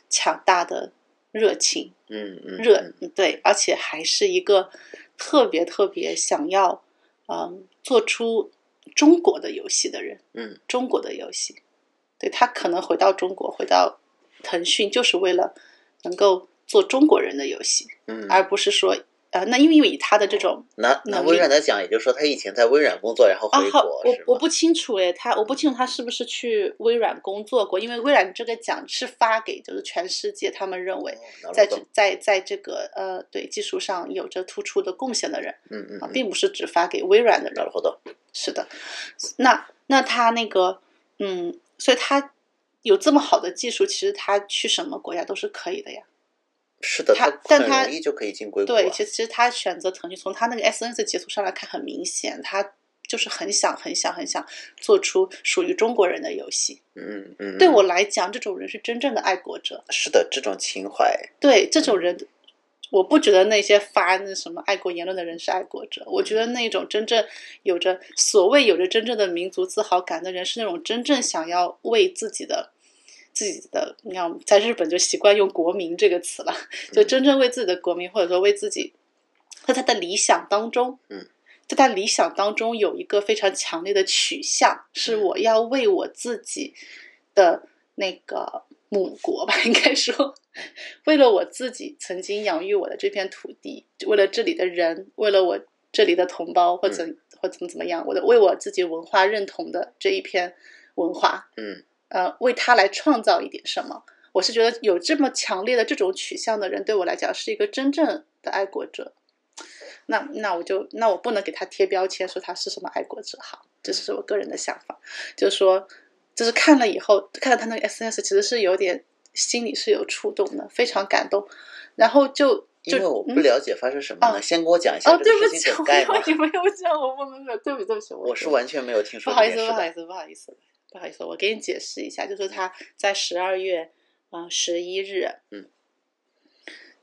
S2: 强大的热情，
S1: 嗯嗯，
S2: 热
S1: 嗯
S2: 对，而且还是一个特别特别想要嗯做出中国的游戏的人。
S1: 嗯，
S2: 中国的游戏，对他可能回到中国，回到腾讯，就是为了能够做中国人的游戏，
S1: 嗯，
S2: 而不是说呃，那因为以他的这种
S1: 拿拿
S2: 能
S1: 微
S2: 力
S1: 软来讲，也就是说他以前在微软工作，然后
S2: 啊，
S1: 哦回
S2: 好，
S1: 国，
S2: 我
S1: 是
S2: 我
S1: 吗
S2: 不清楚诶，他我不清楚他是不是去微软工作过，因为微软这个奖是发给就是全世界他们认为
S1: 哦拿
S2: 在
S1: 了
S2: 这
S1: 个
S2: 在在这个呃对技术上有着突出的贡献的人
S1: 嗯嗯
S2: 啊，
S1: 嗯，
S2: 并不是只发给微软的人
S1: 拿。了好的，
S2: 是的，那那他那个，嗯，所以他有这么好的技术，其实他去什么国家都是可以的呀。
S1: 是的，
S2: 他
S1: 他
S2: 但
S1: 很
S2: 他
S1: 容易就可以进硅谷啊，
S2: 对，其实其实他选择腾讯，从他那个 SNS 截图上来看，很明显，他就是很想、很想、很想做出属于中国人的游戏。
S1: 嗯嗯嗯，
S2: 对
S1: 嗯
S2: 我来讲，这种人是真正的爱国者。
S1: 是的，这种情怀，
S2: 对这种人，我不觉得那些发那什么爱国言论的人是爱国者，我觉得那种真正有着所谓有着真正的民族自豪感的人，是那种真正想要为自己的。自己的，你看，在日本就习惯用“国民”这个词了，就真正为自己的国民，或者说为自己，在他的理想当中，
S1: 嗯，
S2: 在他理想当中有一个非常强烈的取向，是
S1: 嗯
S2: 我要为我自己的那个母国吧， 应该说，
S1: 嗯
S2: 为了我自己曾经养育我的这片土地，为了这里的人，为了我这里的同胞，
S1: 嗯
S2: 或怎或怎么怎么样，我的为我自己文化认同的这一片文化，
S1: 嗯
S2: 呃，为他来创造一点什么。我是觉得有这么强烈的这种取向的人，对我来讲是一个真正的爱国者。那那我就那我不能给他贴标签，说他是什么爱国者哈，这是我个人的想法。就是说，就是看了以后，看了他那个 SNS，其实是有点心里是有触动的，非常感动。然后就就
S1: 因为我不
S2: 嗯
S1: 了解发生什么呢，
S2: 哦
S1: 先给我讲一下
S2: 哦，
S1: 这
S2: 对
S1: 个
S2: 不
S1: 事
S2: 起，
S1: 情
S2: 我
S1: 梗概
S2: 没
S1: 吧
S2: 有。你没有这样，我不能没有，对不起，对不起，
S1: 我是
S2: 我
S1: 完全没有听
S2: 不
S1: 说
S2: 好
S1: 这
S2: 意
S1: 件
S2: 思，
S1: 事
S2: 不好
S1: 的。
S2: 意思，不好意思，不好意思，我给你解释一下，就是他在十二月啊十一日，
S1: 嗯，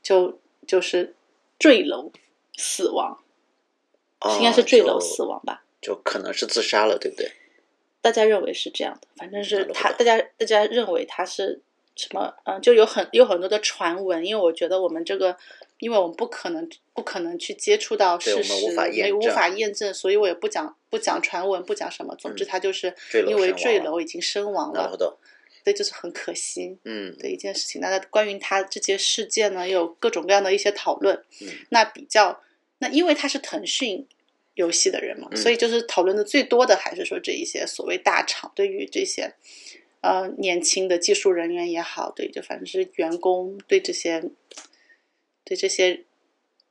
S2: 就就是坠楼死亡，
S1: 哦
S2: 应该是坠
S1: 就
S2: 楼死亡吧？
S1: 就可能是自杀了，对不对？
S2: 大家认为是这样的，反正是
S1: 好的
S2: 他，
S1: 好
S2: 大
S1: 的
S2: 家大家认为他是什么？嗯，就有很有很多的传闻，因为我觉得我们这个，因为我们不可能不可能去接触到
S1: 对我
S2: 事
S1: 们
S2: 实，
S1: 无法验
S2: 没无
S1: 证
S2: 法验证，所以我也不讲不讲传闻，不讲什么。总之，
S1: 嗯
S2: 他就是
S1: 坠楼
S2: 因为
S1: 身亡
S2: 坠
S1: 了
S2: 楼已经身亡
S1: 然后
S2: 了，
S1: 的，
S2: 对，就是很可惜。
S1: 嗯
S2: 的一件事情。那那关于他这件事件呢，也有各种各样的一些讨论。
S1: 嗯
S2: 那比较，那因为他是腾讯游戏的人嘛，
S1: 嗯
S2: 所以就是讨论的最多的还是说这一些所谓大厂对于这些呃年轻的技术人员也好，对就反正是员工对这些对这些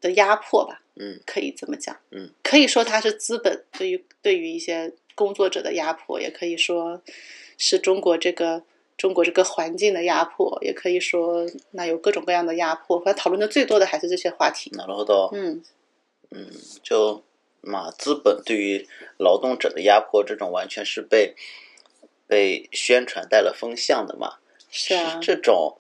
S2: 的压迫吧，
S1: 嗯，
S2: 可以这么讲，
S1: 嗯，
S2: 可以说它是资本对于对于一些工作者的压迫，也可以说是中国这个中国这个环境的压迫，也可以说那有各种各样的压迫，反正讨论的最多的还是这些话题。
S1: なるほど。
S2: 嗯
S1: 就嘛，资本对于劳动者的压迫，这种完全是被被宣传带了风向的嘛。
S2: 是啊，
S1: 这种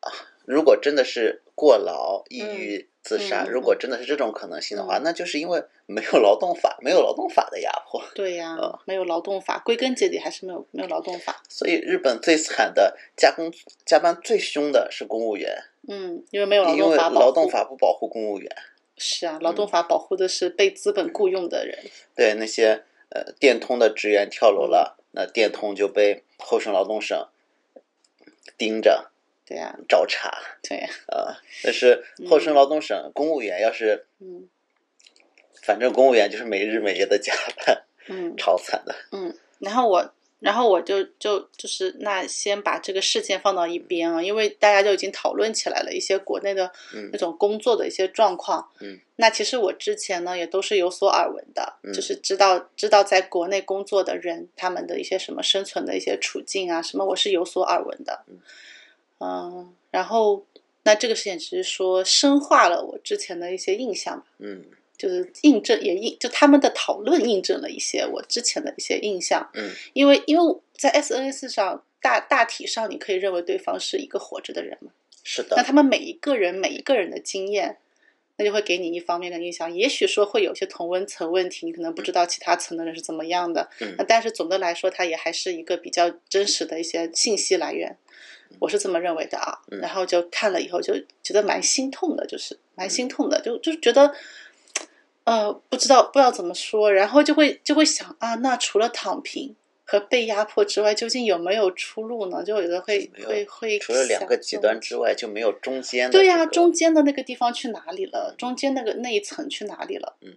S1: 啊，如果真的是过劳、抑郁、自杀，
S2: 嗯嗯
S1: 如果真的是这种可能性的话，
S2: 嗯
S1: 那就是因为没有劳动法，没有劳动法的压迫。
S2: 对呀、
S1: 嗯
S2: 没有劳动法，归根结底还是没有没有劳动法。
S1: 所以日本最惨的加工加班最凶的是公务员，
S2: 嗯，因为没有劳
S1: 因
S2: 动
S1: 为
S2: 法保护。
S1: 劳动法嗯不保护公务员，
S2: 是啊，劳动法保护的是被资本雇佣的人。
S1: 对那些呃电通的职员跳楼了，那电通就被厚生劳动省盯着
S2: 对呀、
S1: 找茬。
S2: 对呀、
S1: 呃，但是厚生劳动省公务员要是，
S2: 嗯
S1: 反正公务员就是没日没夜的加班，
S2: 嗯
S1: 超惨的。
S2: 嗯。然后我，然后我就就就是那先把这个事件放到一边啊，因为大家就已经讨论起来了一些国内的
S1: 嗯
S2: 那种工作的一些状况。
S1: 嗯，
S2: 那其实我之前呢也都是有所耳闻的，
S1: 嗯
S2: 就是知道知道在国内工作的人他们的一些什么生存的一些处境啊什么，我是有所耳闻的。
S1: 嗯
S2: 嗯，然后那这个事情只是说深化了我之前的一些印象吧，
S1: 嗯
S2: 就是印证也印就他们的讨论印证了一些我之前的一些印象。
S1: 嗯
S2: 因为因为在 SNS 上大大体上你可以认为对方是一个活着的人嘛。
S1: 是
S2: 那
S1: 的，
S2: 他们每一个人每一个人的经验，那就会给你一方面的印象。也许说会有些同温层问题，你可能不知道其他层的人是怎么样的。
S1: 嗯
S2: 那但是总的来说，它也还是一个比较真实的一些信息来源，我是这么认为的啊。
S1: 嗯
S2: 然后就看了以后就觉得蛮心痛的，就是蛮心痛的，就就觉得。呃，不知道不知道怎么说，然后就会就会想啊，那除了躺平和被压迫之外，究竟有没有出路呢？就有的会
S1: 没有
S2: 会会
S1: 除了两个
S2: 想
S1: 极
S2: 嗯
S1: 端之外，就没有中间的、
S2: 对呀、中间的那个地方去哪里了？中间那个那一层去哪里了？
S1: 嗯，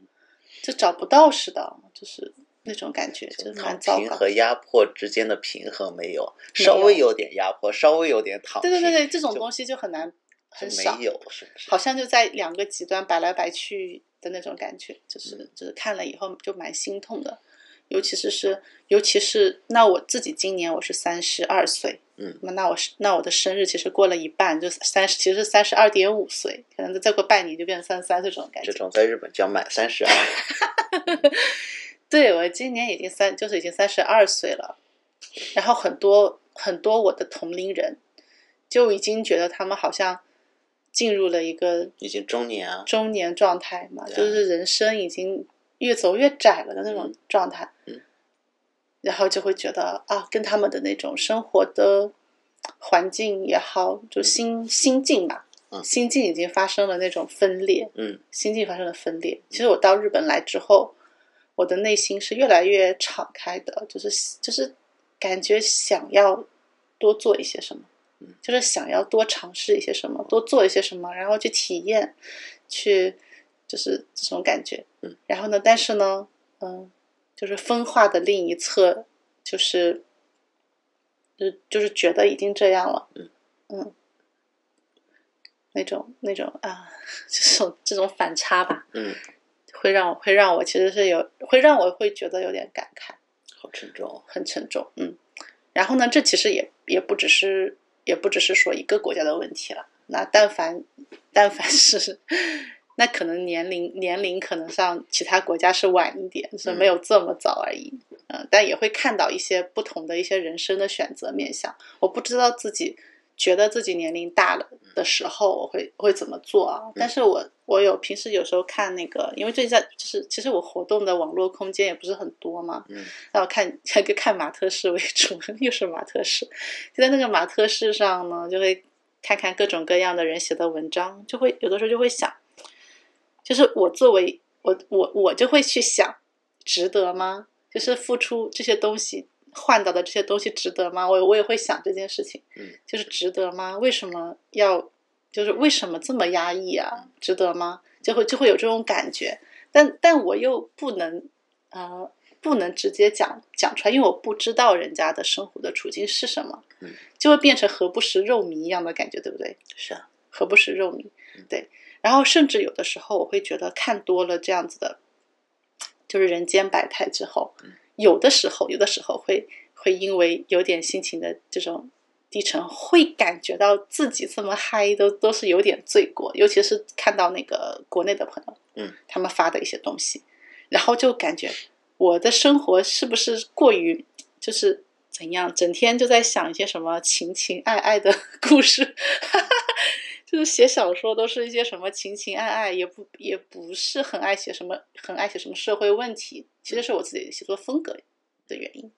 S2: 就找不到似的，就是那种感觉，
S1: 就
S2: 就
S1: 是躺
S2: 蛮糟
S1: 平
S2: 糕。
S1: 和压迫之间的平衡没有，
S2: 没
S1: 稍微
S2: 有
S1: 有点压迫，稍微有点躺
S2: 对
S1: 平，
S2: 对对对，这种
S1: 就
S2: 东西就很难很
S1: 就
S2: 少
S1: 没，有，是不是？
S2: 好像就在两个极端摆来摆去的那种感觉，就是、
S1: 嗯
S2: 就是看了以后就蛮心痛的，尤其是是尤其是那我自己今年我是三十二岁，
S1: 嗯，
S2: 那那我是那我的生日其实过了一半，就三十其实三十二点五岁，可能再过半年就变成三十三岁这种感觉
S1: 这。种在日本叫满三十二，
S2: 对我今年已经三，就是已经三十二岁了，然后很多很多我的同龄人就已经觉得他们好像进入了一个
S1: 已经中年啊。
S2: 中年状态嘛，
S1: 对啊
S2: 就是人生已经越走越窄了的那种
S1: 嗯
S2: 状态，
S1: 嗯
S2: 然后就会觉得啊，跟他们的那种生活的环境也好，就心心境吧，
S1: 嗯
S2: 心境已经发生了那种分裂，
S1: 嗯
S2: 心境发生了分裂。其实我到日本来之后，我的内心是越来越敞开的，就是就是感觉想要多做一些什么
S1: 嗯，
S2: 就是想要多尝试一些什么，多做一些什么，然后去体验，去就是这种感觉
S1: 嗯。
S2: 然后呢，但是呢，嗯，就是分化的另一侧，就是就就是觉得已经这样了，
S1: 嗯
S2: 嗯那种那种啊，这种这种反差吧，
S1: 嗯，
S2: 会让我会让我其实是有会让我会觉得有点感慨，
S1: 好沉重哦。
S2: 很沉重，嗯。然后呢，这其实也也不只是也不只是说一个国家的问题了。那但凡但凡是，那可能年龄年龄可能上其他国家是晚一点，是没有这么早而已。嗯、但也会看到一些不同的一些人生的选择面向。我不知道自己觉得自己年龄大了的时候，我会会怎么做啊？但是我我有平时有时候看那个，因为最近在就是其实我活动的网络空间也不是很多嘛，
S1: 嗯，
S2: 然后看那个看马特式为主， 又是马特式。就在那个马特式上呢，就会看看各种各样的人写的文章，就会有的时候就会想，就是我作为我我我就会去想，值得吗？就是付出这些东西换到的这些东西值得吗？我我也会想这件事情，
S1: 嗯，
S2: 就是值得吗？为什么要就是为什么这么压抑啊？值得吗？就会就会有这种感觉。但但我又不能呃不能直接讲讲出来，因为我不知道人家的生活的处境是什么，
S1: 嗯
S2: 就会变成何不食肉糜一样的感觉，对不对？
S1: 是啊，
S2: 何不食肉糜
S1: 嗯？
S2: 对。然后甚至有的时候我会觉得看多了这样子的，就是人间百态之后
S1: 嗯，
S2: 有的时候有的时候会会因为有点心情的这种。低沉会感觉到自己这么嗨都都是有点罪过，尤其是看到那个国内的朋友，
S1: 嗯，
S2: 他们发的一些东西，然后就感觉我的生活是不是过于就是怎样，整天就在想一些什么情情爱爱的 故事，就是写小说都是一些什么情情爱爱，也不也不是很爱写什么，很爱写什么社会问题，其实是我自己的写作风格的原因。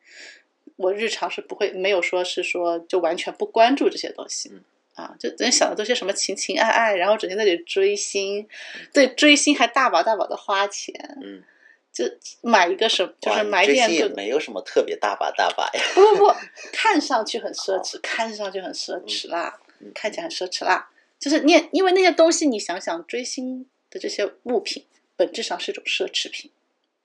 S2: 我日常是不会没有说是说就完全不关注这些东西。
S1: 嗯
S2: 啊，就整天想的都是些什么情情爱爱，然后整天在那里追星，对追星还大把大把的花钱，
S1: 嗯，
S2: 就买一个什么，就
S1: 哇
S2: 是买
S1: 这
S2: 点
S1: 些
S2: 各
S1: 也
S2: 种
S1: 没有什么特别大把大把呀，
S2: 不不不，看上去很奢侈，看上去很奢侈啦，
S1: 哦嗯
S2: 看起来很奢侈啦。就是你也，因为那些东西，你想想，追星的这些物品本质上是一种奢侈品，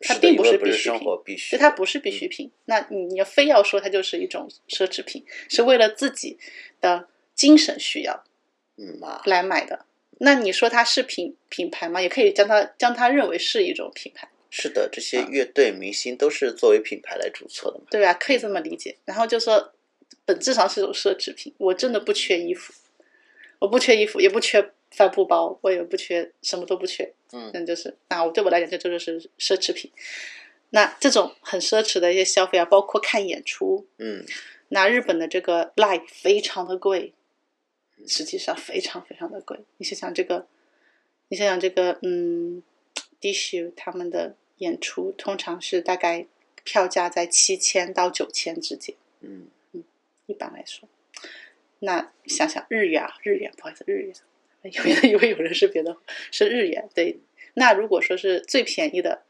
S2: 它
S1: 的
S2: 并
S1: 因
S2: 不
S1: 为
S2: 是
S1: 不
S2: 必需
S1: 生
S2: 品
S1: 活必须
S2: 就
S1: 的，
S2: 它不是必需品。那你你非要说它就是一种奢侈品，是为了自己的精神需要
S1: 嗯嘛，
S2: 来买的。那你说它是品品牌吗？也可以将它将它认为是一种品牌。
S1: 是的，这些
S2: 啊
S1: 乐队明星都是作为品牌来注册的嘛，
S2: 对啊，可以这么理解。然后就说，本质上是一种奢侈品。我真的不缺衣服，我不缺衣服，也不缺帆布包，我也不缺，什么都不缺。
S1: 嗯
S2: 那就是那我对我来讲，这就是奢侈品。那这种很奢侈的一些消费啊，包括看演出，
S1: 嗯，
S2: 那日本的这个 live 非常的贵，实际上非常非常的贵。你想想这个，你想想这个，嗯 d i s h 他们的演出通常是大概票价在七千到九千之间，
S1: 嗯，
S2: 一般来说。那想想日元啊，日元，不好意思，日元，因为 因为有人是别的，是日元。对，那如果说是最便宜的，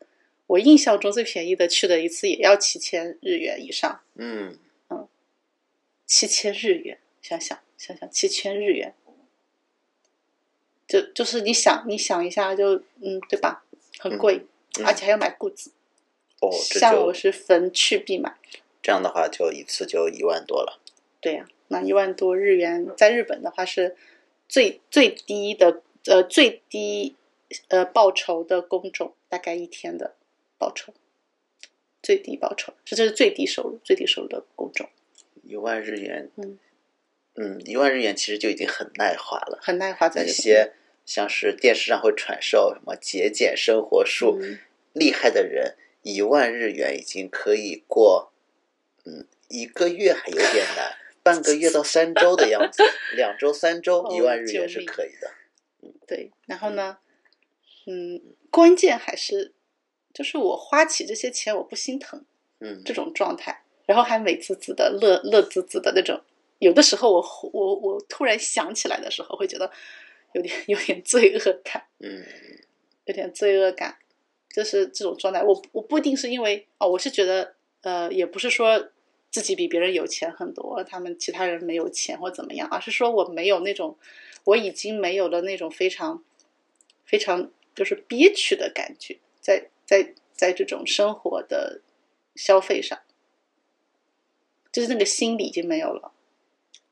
S2: 我印象中最便宜的去的一次也要七千日元以上。
S1: 嗯，
S2: 七千日元，想想想想七千日元，就就是你想你想一下就嗯对吧，很贵，
S1: 嗯
S2: 而且还要买裤子，
S1: 哦，这
S2: 像
S1: 就
S2: 我
S1: 是
S2: 逢去必买，
S1: 这样的话，就一次就一万多了，
S2: 对呀、那一万多日元在日本的话是最最低的呃最低呃报酬的工种，大概一天的报酬，最低报酬，这就是最低收入最低收入的工种，
S1: 一万日元，
S2: 嗯
S1: 嗯，一万日元其实就已经很耐花了。
S2: 很耐花在
S1: 那
S2: 日本
S1: 些像是电视上会传授什么节俭生活术，
S2: 嗯
S1: 厉害的人一万日元已经可以过，嗯，一个月还有点难，半个月到三周的样子，两周、三周
S2: 哦
S1: 一万日
S2: 救
S1: 元是
S2: 命
S1: 可以的。
S2: 对，然后呢，嗯，关键还是就是我花起这些钱我不心疼
S1: 嗯
S2: 这种状态，然后还美滋滋的乐乐滋滋的那种。有的时候我我我突然想起来的时候，会觉得有点有点罪恶感，
S1: 嗯
S2: 有点罪恶感，就是这种状态。我我不一定是因为哦，我是觉得呃，也不是说自己比别人有钱很多，他们其他人没有钱或怎么样，而是说我没有那种，我已经没有了那种非常非常就是憋屈的感觉，在在在这种生活的消费上，就是那个心理已经没有了。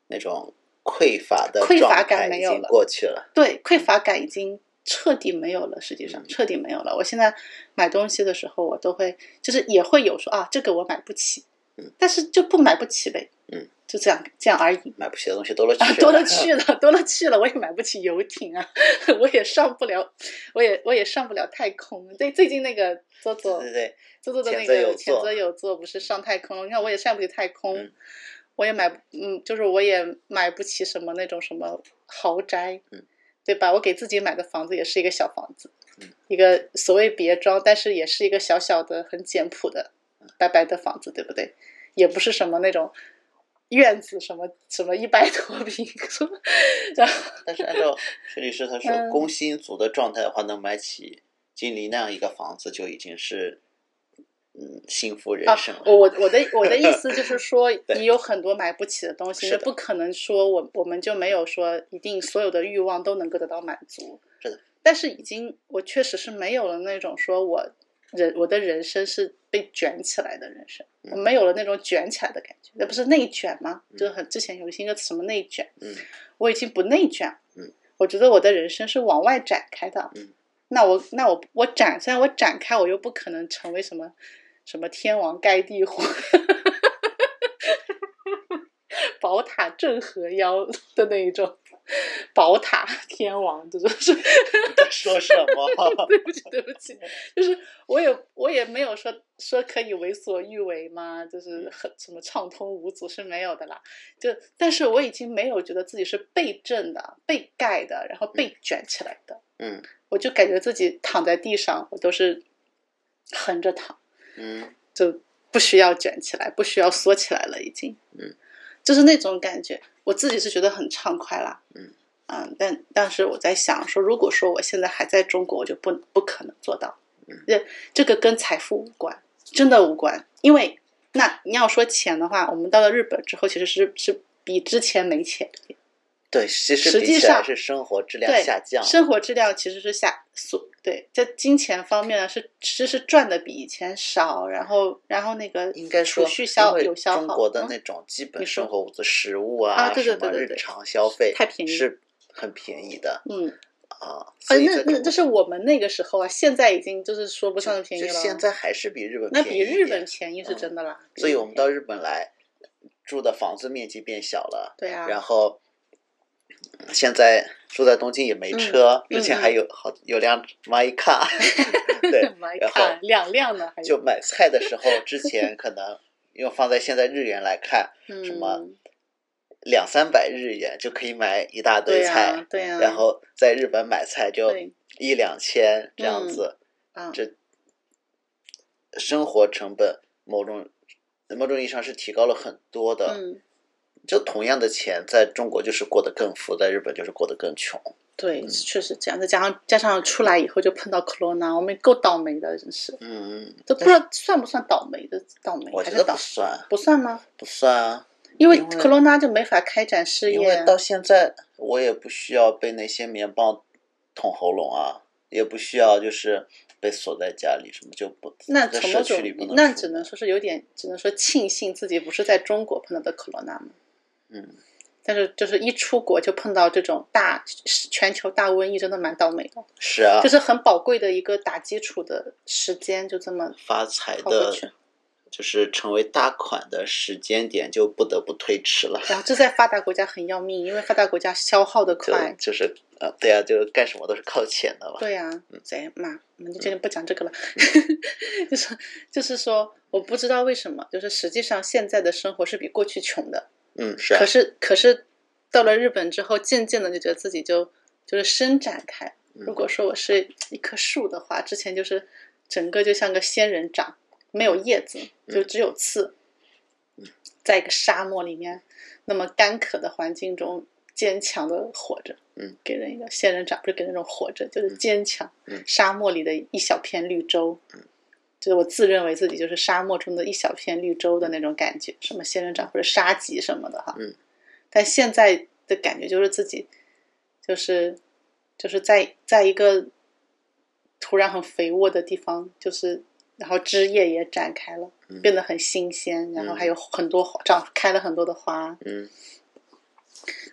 S1: 那种匮乏的
S2: 匮乏
S1: 状
S2: 感
S1: 态
S2: 没
S1: 已
S2: 有
S1: 经
S2: 了
S1: 过去了。
S2: 对，匮乏感已经彻底没有了，实际上
S1: 嗯
S2: 彻底没有了。我现在买东西的时候，我都会就是也会有说啊，这个我买不起
S1: 嗯，
S2: 但是就不买不起呗，
S1: 嗯，
S2: 就这样这样而已。
S1: 买不起的东西多了去
S2: 啊，多了去了，多了去了，我也买不起游艇啊， 我也上不了，我也我也上不了太空。对，最近那个做做
S1: 对对对，
S2: 做做的那
S1: 前则有
S2: 个前
S1: 座
S2: 则有座不是上太空了？你看我也上不起太空，
S1: 嗯
S2: 我也买不嗯，就是我也买不起什么那种什么豪宅，
S1: 嗯
S2: 对吧？我给自己买的房子也是一个小房子，
S1: 嗯
S2: 一个所谓别庄，但是也是一个小小的、很简朴的、白白的房子，对不对？也不是什么那种院子，什么什么一百多平， 然后
S1: 但是按照薛律师他说
S2: 嗯，
S1: 工薪族的状态的话，能买起金陵那样一个房子，就已经是嗯幸福人
S2: 啊
S1: 生，了。，
S2: 我我我的我的意思就是说
S1: 对
S2: 你有很多买不起的东西，
S1: 是
S2: 那
S1: 的
S2: 不可能说我我们就没有说一定所有的欲望都能够得到满足。
S1: 是的，
S2: 但是已经我确实是没有了那种说我人我的人生是被卷起来的人生，
S1: 嗯
S2: 我没有了那种卷起来的感觉。那不是内卷吗？就是很之前有一个什么内卷，
S1: 嗯
S2: 我已经不内卷了
S1: 嗯，
S2: 我觉得我的人生是往外展开的
S1: 嗯。
S2: 那我那我我展，虽然我展开，我又不可能成为什么什么天王盖地虎、宝塔镇河妖的那一种宝塔天王，这种是。
S1: 你在说什么？
S2: 对不起，对不起，就是我也我也没有说说可以为所欲为嘛，就是很什么畅通无阻是没有的啦。就但是我已经没有觉得自己是被震的、被盖的，然后被卷起来的，
S1: 嗯
S2: 我就感觉自己躺在地上，我都是横着躺，
S1: 嗯
S2: 就不需要卷起来，不需要缩起来了，已经。
S1: 嗯，
S2: 就是那种感觉，我自己是觉得很畅快啦。
S1: 嗯
S2: 嗯，但但是我在想说，如果说我现在还在中国，我就不不可能做到。
S1: 嗯
S2: 这这个跟财富无关，真的无关。因为那你要说钱的话，我们到了日本之后，其实是是比之前没钱一点。
S1: 对，其实
S2: 实
S1: 比
S2: 际
S1: 起来
S2: 上
S1: 是生活质量
S2: 对，
S1: 下降了，
S2: 生活质量其实是下所对，在金钱方面呢是其实是赚的比以前少，然后然后那个
S1: 应该说
S2: 储蓄消
S1: 因为
S2: 有消耗，
S1: 中国的
S2: 嗯
S1: 那种基本
S2: 你说
S1: 生活物资，食物
S2: 啊对对
S1: 什么
S2: 对对
S1: 日
S2: 对
S1: 常消费，
S2: 太便宜
S1: 是很便宜的
S2: 嗯，
S1: 啊。
S2: 啊
S1: 所以
S2: 那
S1: 在
S2: 那
S1: 中
S2: 这是我们那个时候啊，现在已经就是说不上的便宜
S1: 就
S2: 了。啊
S1: 现在还是比日本
S2: 那
S1: 便
S2: 比
S1: 宜一
S2: 日
S1: 点
S2: 本便宜是
S1: 嗯
S2: 真的啦。比
S1: 所以
S2: 日
S1: 我
S2: 本
S1: 们到
S2: 便宜
S1: 日本来住的房子面积变小了，
S2: 对啊，
S1: 然后现在住在东京也没车，
S2: 嗯
S1: 之前还有好有辆 my car，对，
S2: 买
S1: 然
S2: 看
S1: 后
S2: 两辆呢，还
S1: 就买菜的时候之前可能用放在现在日元来看，
S2: 什
S1: 什么两三百日元就可以买一大堆
S2: 对啊
S1: 菜，
S2: 呀，对呀，
S1: 然后在日本买菜就
S2: 对
S1: 一两千这样子，
S2: 啊，
S1: 这生活成本某种某种意义上是提高了很多的。
S2: 嗯，
S1: 就同样的钱，在中国就是过得更富，在日本就是过得更穷。嗯
S2: 对，确实这样。再加上加上出来以后就碰到 corona，我们够倒霉的，真是
S1: 嗯，
S2: 都不知道算不算倒霉的倒霉，
S1: 我
S2: 还
S1: 觉
S2: 是
S1: 得
S2: 倒
S1: 不算，
S2: 不算吗？
S1: 不算啊，
S2: 因为
S1: 因为
S2: corona 就没法开展事
S1: 因
S2: 业
S1: 为
S2: 啊，
S1: 到现在我也不需要被那些棉棒捅喉咙啊，也不需要就是被锁在家里什么，就不
S2: 那
S1: 在
S2: 从某
S1: 社
S2: 种
S1: 区里不能
S2: 那
S1: 出
S2: 只能
S1: 门
S2: 说是有点，只能说庆幸自己不是在中国碰到的 corona 嘛。
S1: 嗯，
S2: 但是就是一出国就碰到这种大全球大瘟疫，真的蛮倒霉的，
S1: 是啊
S2: 就，是很宝贵的一个打基础的时间，就这么
S1: 发财
S2: 跑过
S1: 的
S2: 去。
S1: 就是成为大款的时间点就不得不推迟了。
S2: 然后这在发达国家很要命，因为发达国家消耗的
S1: 就
S2: 快。
S1: 就是呃，对啊，就是干什么都是靠钱的嘛。
S2: 对呀、
S1: 嗯
S2: 谁嘛，我们就决定不讲这个了。 就是就是说，我不知道为什么，就是实际上现在的生活是比过去穷的。
S1: 嗯，是啊
S2: 可，是可是到了日本之后，渐渐的就觉得自己就就是伸展开。
S1: 嗯
S2: 如果说我是一棵树的话，之前就是整个就像个仙人掌，没有叶子，就
S1: 嗯
S2: 只有刺，在一个沙漠里面那么干渴的环境中坚强的活着。
S1: 嗯，
S2: 给人一个仙人掌，不是给人那种活着，就是坚强。
S1: 嗯
S2: 沙漠里的一小片绿洲。就是我自认为自己就是沙漠中的一小片绿洲的那种感觉，什么仙人掌或者沙棘什么的哈。
S1: 嗯。
S2: 但现在的感觉就是自己，就是就是在在一个土壤很肥沃的地方，就是然后枝叶也展开了，
S1: 嗯
S2: 变得很新鲜，然后
S1: 嗯
S2: 还有很多花长开了很多的花，
S1: 嗯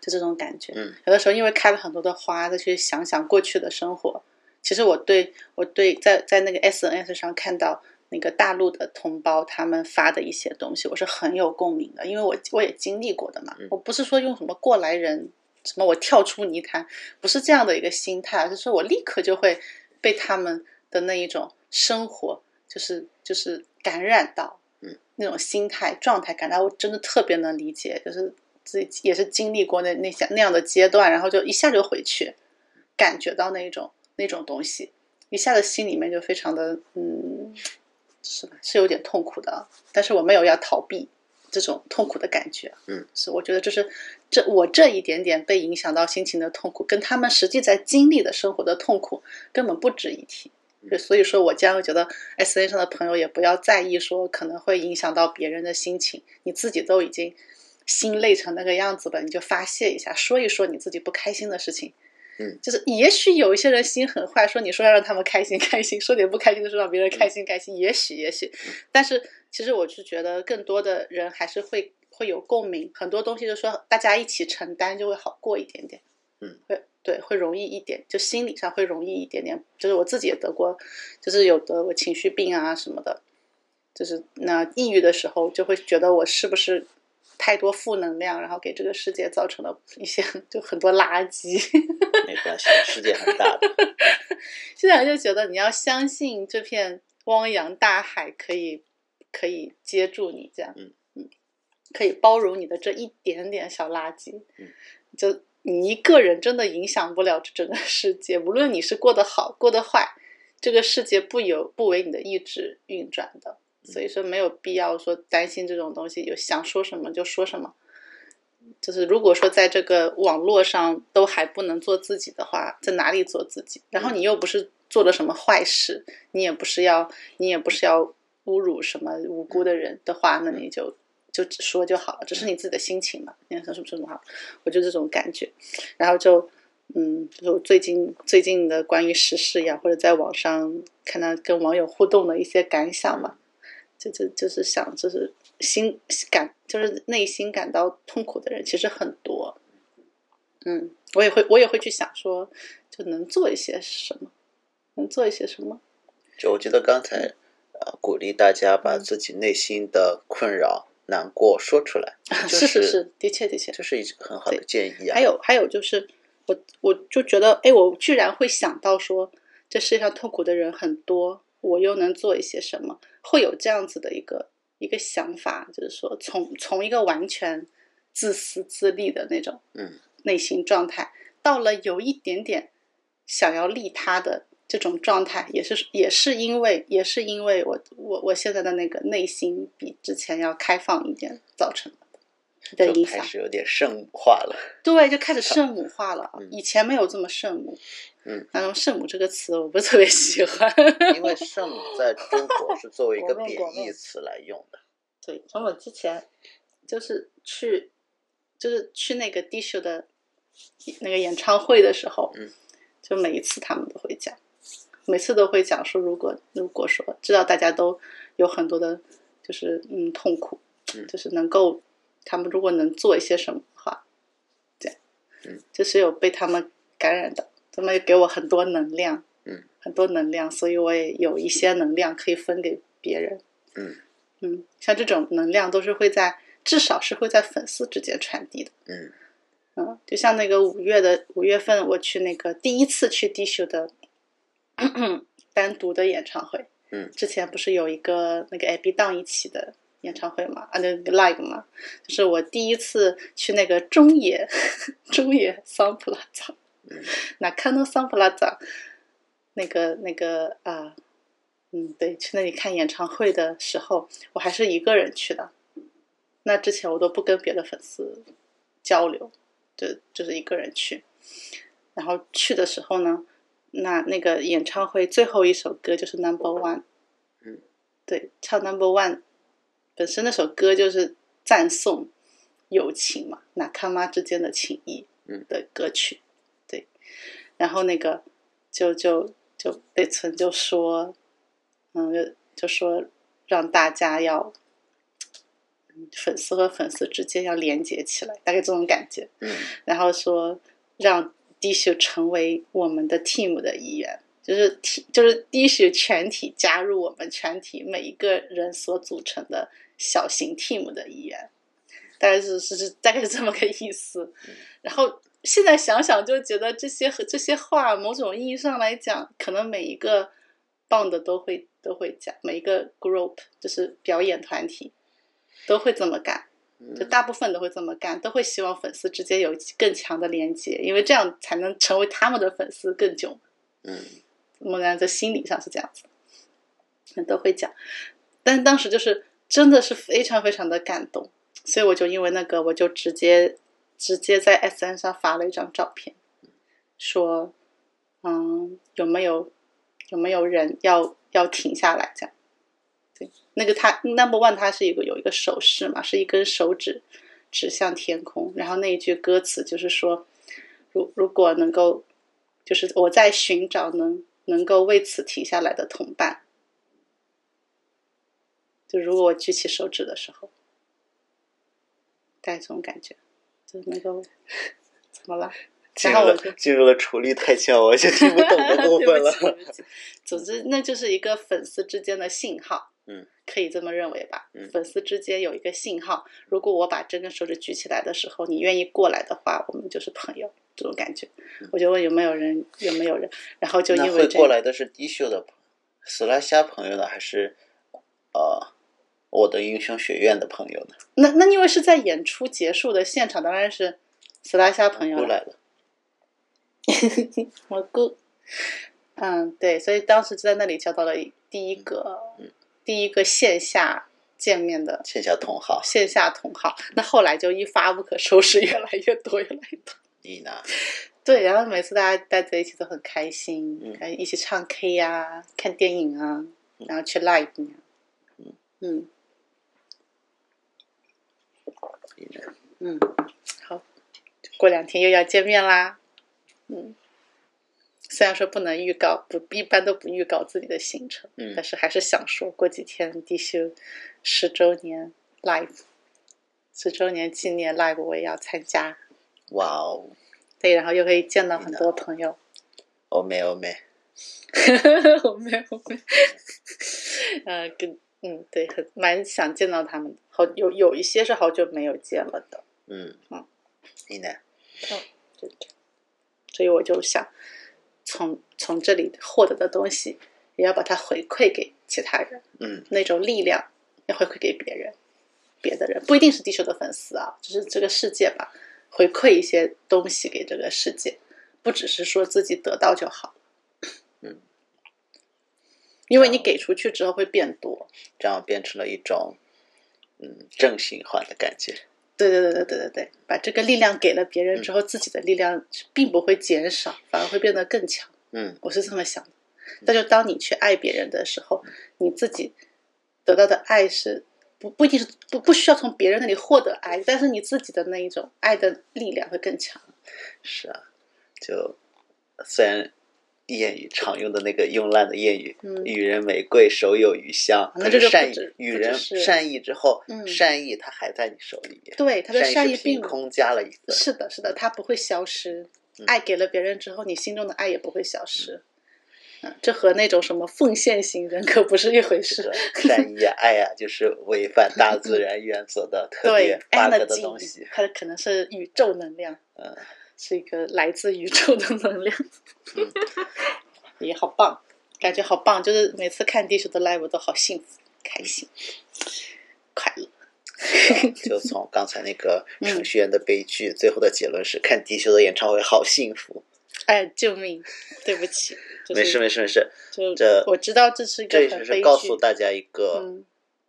S2: 就这种感觉。
S1: 嗯
S2: 有的时候因为开了很多的花，再去想想过去的生活，其实我对我对在在那个 SNS 上看到那个大陆的同胞他们发的一些东西，我是很有共鸣的，因为我我也经历过的嘛
S1: 嗯。
S2: 我不是说用什么过来人，什么我跳出泥潭，不是这样的一个心态，而是说我立刻就会被他们的那一种生活，就是就是感染到。那种心态状态感到，我真的特别能理解，就是自己也是经历过那那些那样的阶段，然后就一下就回去，感觉到那一种那种东西，一下子心里面就非常的嗯，是吧？是有点痛苦的，但是我没有要逃避这种痛苦的感觉，
S1: 嗯，
S2: 是我觉得这是这我这一点点被影响到心情的痛苦，跟他们实际在经历的生活的痛苦根本不值一提。对，所以说我将会觉得 S N 上的朋友也不要在意说可能会影响到别人的心情，你自己都已经心累成那个样子了，你就发泄一下，说一说你自己不开心的事情，
S1: 嗯，
S2: 就是也许有一些人心很坏，说你说要让他们开心开心，说点不开心的说让别人开心开心，也许也许，但是其实我是觉得更多的人还是会会有共鸣，很多东西就说大家一起承担就会好过一点点，
S1: 嗯，
S2: 会对会容易一点，就心理上会容易一点点，就是我自己也得过，就是有得过情绪病啊什么的，就是那抑郁的时候就会觉得我是不是。太多负能量，然后给这个世界造成了一些 就很多垃圾。
S1: 没关系，世界很大的，
S2: 现在就觉得你要相信这片汪洋大海可以可以接住你，这样，
S1: 嗯
S2: 可以包容你的这一点点小垃圾。
S1: 嗯
S2: 就你一个人真的影响不了这整个世界，无论你是过得好过得坏，这个世界不由不为你的意志运转的。
S1: 嗯
S2: 所以说没有必要说担心这种东西，有想说什么就说什么。就是如果说在这个网络上都还不能做自己的话，在哪里做自己？然后你又不是做了什么坏事，你也不是要你也不是要侮辱什么无辜的人的话，那你就就只说就好了，只是你自己的心情嘛。你想说什么说什么好，我就这种感觉。然后就嗯，就是我最近最近的关于时事呀，或者在网上看到跟网友互动的一些感想嘛，就就就是想，就是心感，就是内心感到痛苦的人其实很多。嗯，我也会，我也会去想说，就能做一些什么，能做一些什么。
S1: 就我觉得刚才呃鼓励大家把自己内心的困扰、难过说出 来，就是
S2: 是是，的确的确。
S1: 这是一个很好的建议啊。
S2: 还有还有就是，我我就觉得，哎，我居然会想到说，这世界上痛苦的人很多，我又能做一些什么？会有这样子的一个一个想法，就是说从，从一个完全自私自利的那种
S1: 嗯
S2: 内心状态，到了有一点点想要利他的。这种状态也是也是因为也是因为我我我现在的那个内心比之前要开放一点造成的的啊
S1: 就
S2: 影
S1: 开
S2: 响，
S1: 始有点圣母化了。
S2: 对，就开始圣母化了
S1: 嗯。
S2: 以前没有这么圣母，
S1: 嗯，
S2: 然后圣母这个词我不是特别喜欢。
S1: 因为 圣母在中国是作为一个
S2: 国论
S1: 贬
S2: 国论
S1: 义词来用的。
S2: 对，从我之前就是去，就是去那个 Disho 的那个演唱会的时候，
S1: 嗯，
S2: 就每一次他们都会讲，每次都会讲说，如果如果说知道大家都有很多的，就是嗯痛苦，
S1: 嗯
S2: 就是能够他们如果能做一些什么的话，这样，
S1: 嗯，
S2: 就是有被他们感染的，他们给我很多能量，
S1: 嗯，
S2: 很多能量，所以我也有一些能量可以分给别人。嗯，像这种能量都是会在，至少是会在粉丝之间传递的。
S1: 嗯
S2: 嗯，就像那个五月的五月份，我去那个第一次去 Disho 的咳咳单独的演唱会。
S1: 嗯
S2: 之前不是有一个那个 AB 档一起的演唱会嘛，啊，那个 live 嘛，就是我第一次去那个中野中野桑普拉藏
S1: 嗯，
S2: 那看到桑普拉藏，那个那个啊。嗯，对，去那里看演唱会的时候，我还是一个人去的。那之前我都不跟别的粉丝交流，就就是一个人去。然后去的时候呢，那那个演唱会最后一首歌就是 Number One，
S1: 嗯，
S2: 对，唱 Number One，本身那首歌就是赞颂友情嘛，那康妈之间的情谊，
S1: 嗯
S2: 的歌曲，对。然后那个就就就北村就说，嗯，就就说让大家要。嗯粉丝和粉丝之间要连接起来，大概这种感觉。
S1: 嗯
S2: 然后说让 Dishu 成为我们的 team 的一员，就是 T 就是 Dishu 全体加入我们全体每一个人所组成的小型 team 的一员，大概是是是大概是这么个意思。然后现在想想就觉得这些和这些话，某种意义上来讲，可能每一个 band 都会都会讲，每一个 group 就是表演团体都会这么干。就
S1: 嗯，
S2: 大部分都会这么干，都会希望粉丝之间有更强的连接，因为这样才能成为他们的粉丝更久。
S1: 嗯，
S2: 我们在心理上是这样子，都会讲。但当时就是真的是非常非常的感动，所以我就因为那个，我就直接直接在 S N 上发了一张照片，说，嗯，有没有有没有人要要停下来这样？对，那个他 Number One 他是一个有一个手势嘛，是一根手指指向天空，然后那一句歌词就是说，如如果能够就是我在寻找能能够为此停下来的同伴。就如果我举起手指的时候，带这种感觉，就能够 怎么了？
S1: 进
S2: 然
S1: 入
S2: 后我
S1: 了
S2: 就
S1: 进入了处理太强，我就听不懂的部分
S2: 对不
S1: 了。
S2: 起对不起总之，那就是一个粉丝之间的信号，
S1: 嗯，
S2: 可以这么认为吧。
S1: 嗯
S2: 粉丝之间有一个信号，如果我把这根手指举起来的时候，你愿意过来的话，我们就是朋友，这种感觉。我就问有没有人，有没有人，然后就
S1: 嗯那
S2: 因
S1: 会
S2: 为这
S1: 过
S2: 样，
S1: 来的是低秀的死拉虾朋友呢，还是呃我的英雄学院的朋友呢？
S2: 那那因为是在演出结束的现场，当然是死拉虾朋友
S1: 过
S2: 了。
S1: 来了，
S2: 蘑菇。嗯，对，所以当时就在那里交到了第一个
S1: 嗯，
S2: 第一个线下见面的
S1: 线下同好，
S2: 线下同好。那后来就一发不可收拾，越来越多，越来越多。
S1: 你呢？
S2: 对，然后每次大家待在一起都很开心，
S1: 嗯
S2: 然后一起唱 K 呀、看电影啊，然后去 live 呀、嗯
S1: 你呢？
S2: 嗯，好，过两天又要见面啦。嗯，虽然说不能预告，不一般都不预告自己的行程，
S1: 嗯
S2: 但是还是想说，过几天地修十周年 live，十周年纪念 live 我也要参加，
S1: 哇哦，
S2: 对，然后又可以见到很多朋友。
S1: 欧美欧美，
S2: 我没有，我没有。呃，跟嗯，对，很蛮想见到他们的。好，有有一些是好久没有见了的，
S1: 嗯
S2: 嗯，
S1: 你呢？
S2: 就这样。所以我就想从从这里获得的东西，也要把它回馈给其他人，
S1: 嗯，
S2: 那种力量要回馈给别人，别的人不一定是地球的粉丝啊，就是这个世界吧，回馈一些东西给这个世界，不只是说自己得到就好。
S1: 嗯，
S2: 因为你给出去之后会变多，
S1: 这样变成了一种嗯正循环的感觉。
S2: 对对对对对对对，把这个力量给了别人之后，自己的力量并不会减少，反而会变得更强。
S1: 嗯
S2: 我是这么想的。那就当你去爱别人的时
S1: 嗯
S2: 候，你自己得到的爱是不不一定是不不需要从别人那里获得爱，但是你自己的那一种爱的力量会更强。
S1: 是啊，就虽然谚语常用的那个慵懒的谚语
S2: 嗯啊
S1: “与人玫瑰，手有余香”，
S2: 那
S1: 可
S2: 这
S1: 是
S2: 就不
S1: 善意
S2: 止
S1: 与
S2: 不
S1: 人
S2: 只是
S1: 善意之后，
S2: 嗯
S1: 善意它还在你手里面，
S2: 对他的
S1: 善
S2: 善
S1: 意
S2: 意
S1: 是凭
S2: 并不
S1: 空加了一份，
S2: 是的，是的，它不会消失。
S1: 嗯
S2: 爱给了别人之后，你心中的爱也不会消失。嗯，这和那种什么奉献型人格不是一回
S1: 是
S2: 事。
S1: 的善意啊、爱啊，就是违反大自然原则的特别
S2: 对
S1: bug 的东
S2: ，energy，
S1: 西。
S2: 它可能是宇宙能量，
S1: 嗯，
S2: 是一个来自宇宙的能量
S1: 嗯，
S2: 也好棒，感觉好棒，就是每次看地球的 live 都好幸福、开心、快乐。
S1: 就从刚才那个
S2: 嗯
S1: 程序员的悲剧，最后的结论是看迪修的演唱会好幸福。
S2: 哎，救命！对不起，就是、
S1: 没事没事没事，
S2: 就
S1: 这
S2: 我知道这是一个
S1: 这
S2: 很
S1: 只
S2: 悲
S1: 是
S2: 剧。
S1: 告诉大家一个。
S2: 嗯，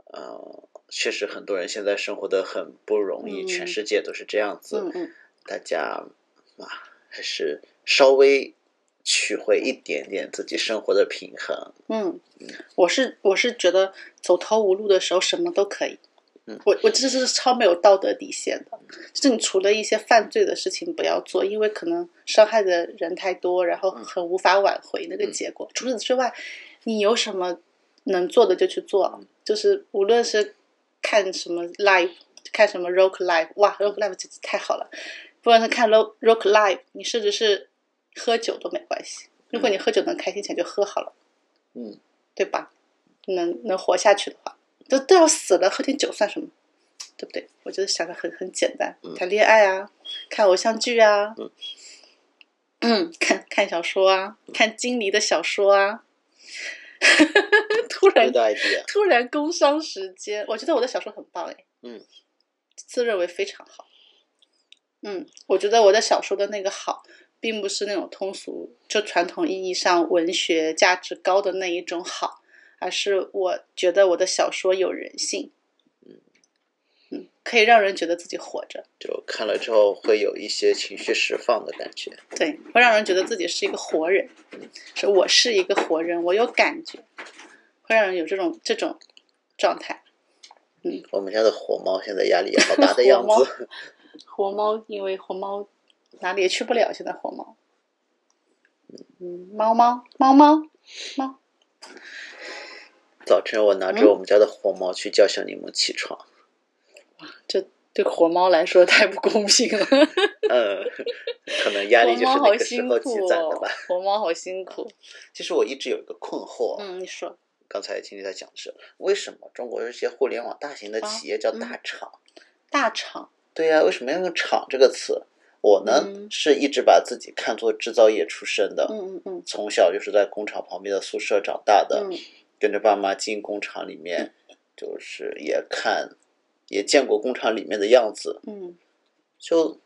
S1: 呃，确实很多人现在生活的很不容易，
S2: 嗯
S1: 全世界都是这样子，
S2: 嗯嗯，
S1: 大家啊还是稍微取回一点点自己生活的平衡。
S2: 嗯，我是我是觉得走投无路的时候什么都可以。
S1: 嗯
S2: 我我这是超没有道德底线的，就是你除了一些犯罪的事情不要做，因为可能伤害的人太多，然后很无法挽回那个结果。除此之外，你有什么能做的就去做，就是无论是看什么 live，看什么 rock live，哇，rock live 简直太好了。不管是看 rock rock live，你甚至是喝酒都没关系，如果你喝酒能开心起来就喝好了。
S1: 嗯，
S2: 对吧？能能活下去的话，都都要死了，喝点酒算什么？对不对？我觉得想的很很简单，谈恋爱啊，看偶像剧啊，
S1: 嗯
S2: 嗯 看看小说啊，看金离的小说啊。 突然
S1: Good idea，
S2: 突然工伤时间，我觉得我的小说很棒哎，
S1: 嗯，
S2: 自认为非常好，嗯，我觉得我的小说的那个好，并不是那种通俗就传统意义上文学价值高的那一种好，而是我觉得我的小说有人性，嗯，可以让人觉得自己活着，
S1: 就看了之后会有一些情绪释放的感觉。
S2: 对，会让人觉得自己是一个活人，是我是一个活人，我有感觉，会让人有这种这种状态。
S1: 我们家的火猫现在压力也好大的样
S2: 火猫
S1: 子，
S2: 活猫，因为活猫哪里也去不了，现在活猫。嗯，猫猫猫猫猫，
S1: 早晨我
S2: 嗯
S1: 拿着我们家的活猫去叫小柠檬起床。
S2: 这对活猫来说太不公 平了。
S1: 嗯，可能压力就是
S2: 活猫好
S1: 那个时
S2: 辛
S1: 候积
S2: 苦
S1: 攒的
S2: 哦
S1: 吧。，
S2: 活猫好辛苦。
S1: 其实我一直有一个困惑，
S2: 嗯，你说
S1: 刚才听你在讲是为什么中国这些互联网大型的
S2: 啊
S1: 企业叫
S2: 嗯
S1: 大厂？
S2: 大厂，
S1: 对呀、为什么要用“厂”这个词？我呢、
S2: 嗯
S1: 是一直把自己看作制造业出身的，
S2: 嗯嗯嗯
S1: 从小就是在工厂旁边的宿舍长大的，
S2: 嗯
S1: 跟着爸妈进工厂里面，就是也看，也见过工厂里面的样子，
S2: 嗯，
S1: 就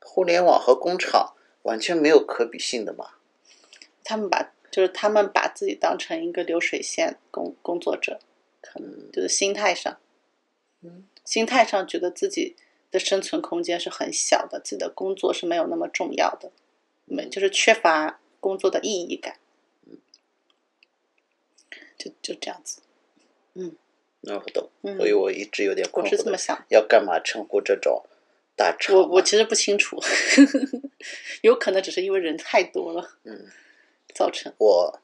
S1: 互联网和工厂完全没有可比性的嘛。
S2: 他们把就是他们把自己当成一个流水线工工作者，可能就是心态上，
S1: 嗯，
S2: 心态上觉得自己的生存空间是很小的，自己的工作是没有那么重要的，没就是缺乏工作的意义感，
S1: 嗯
S2: 就就这样子，
S1: 那我懂，
S2: 嗯
S1: 所以我一直有点
S2: 我
S1: 困
S2: 是
S1: 惑
S2: 这么
S1: 的，
S2: 想的。
S1: 要干嘛称呼这种大厂嘛？
S2: 我我其实不清楚， 有可能只是因为人太多了
S1: 嗯，
S2: 造成。
S1: 我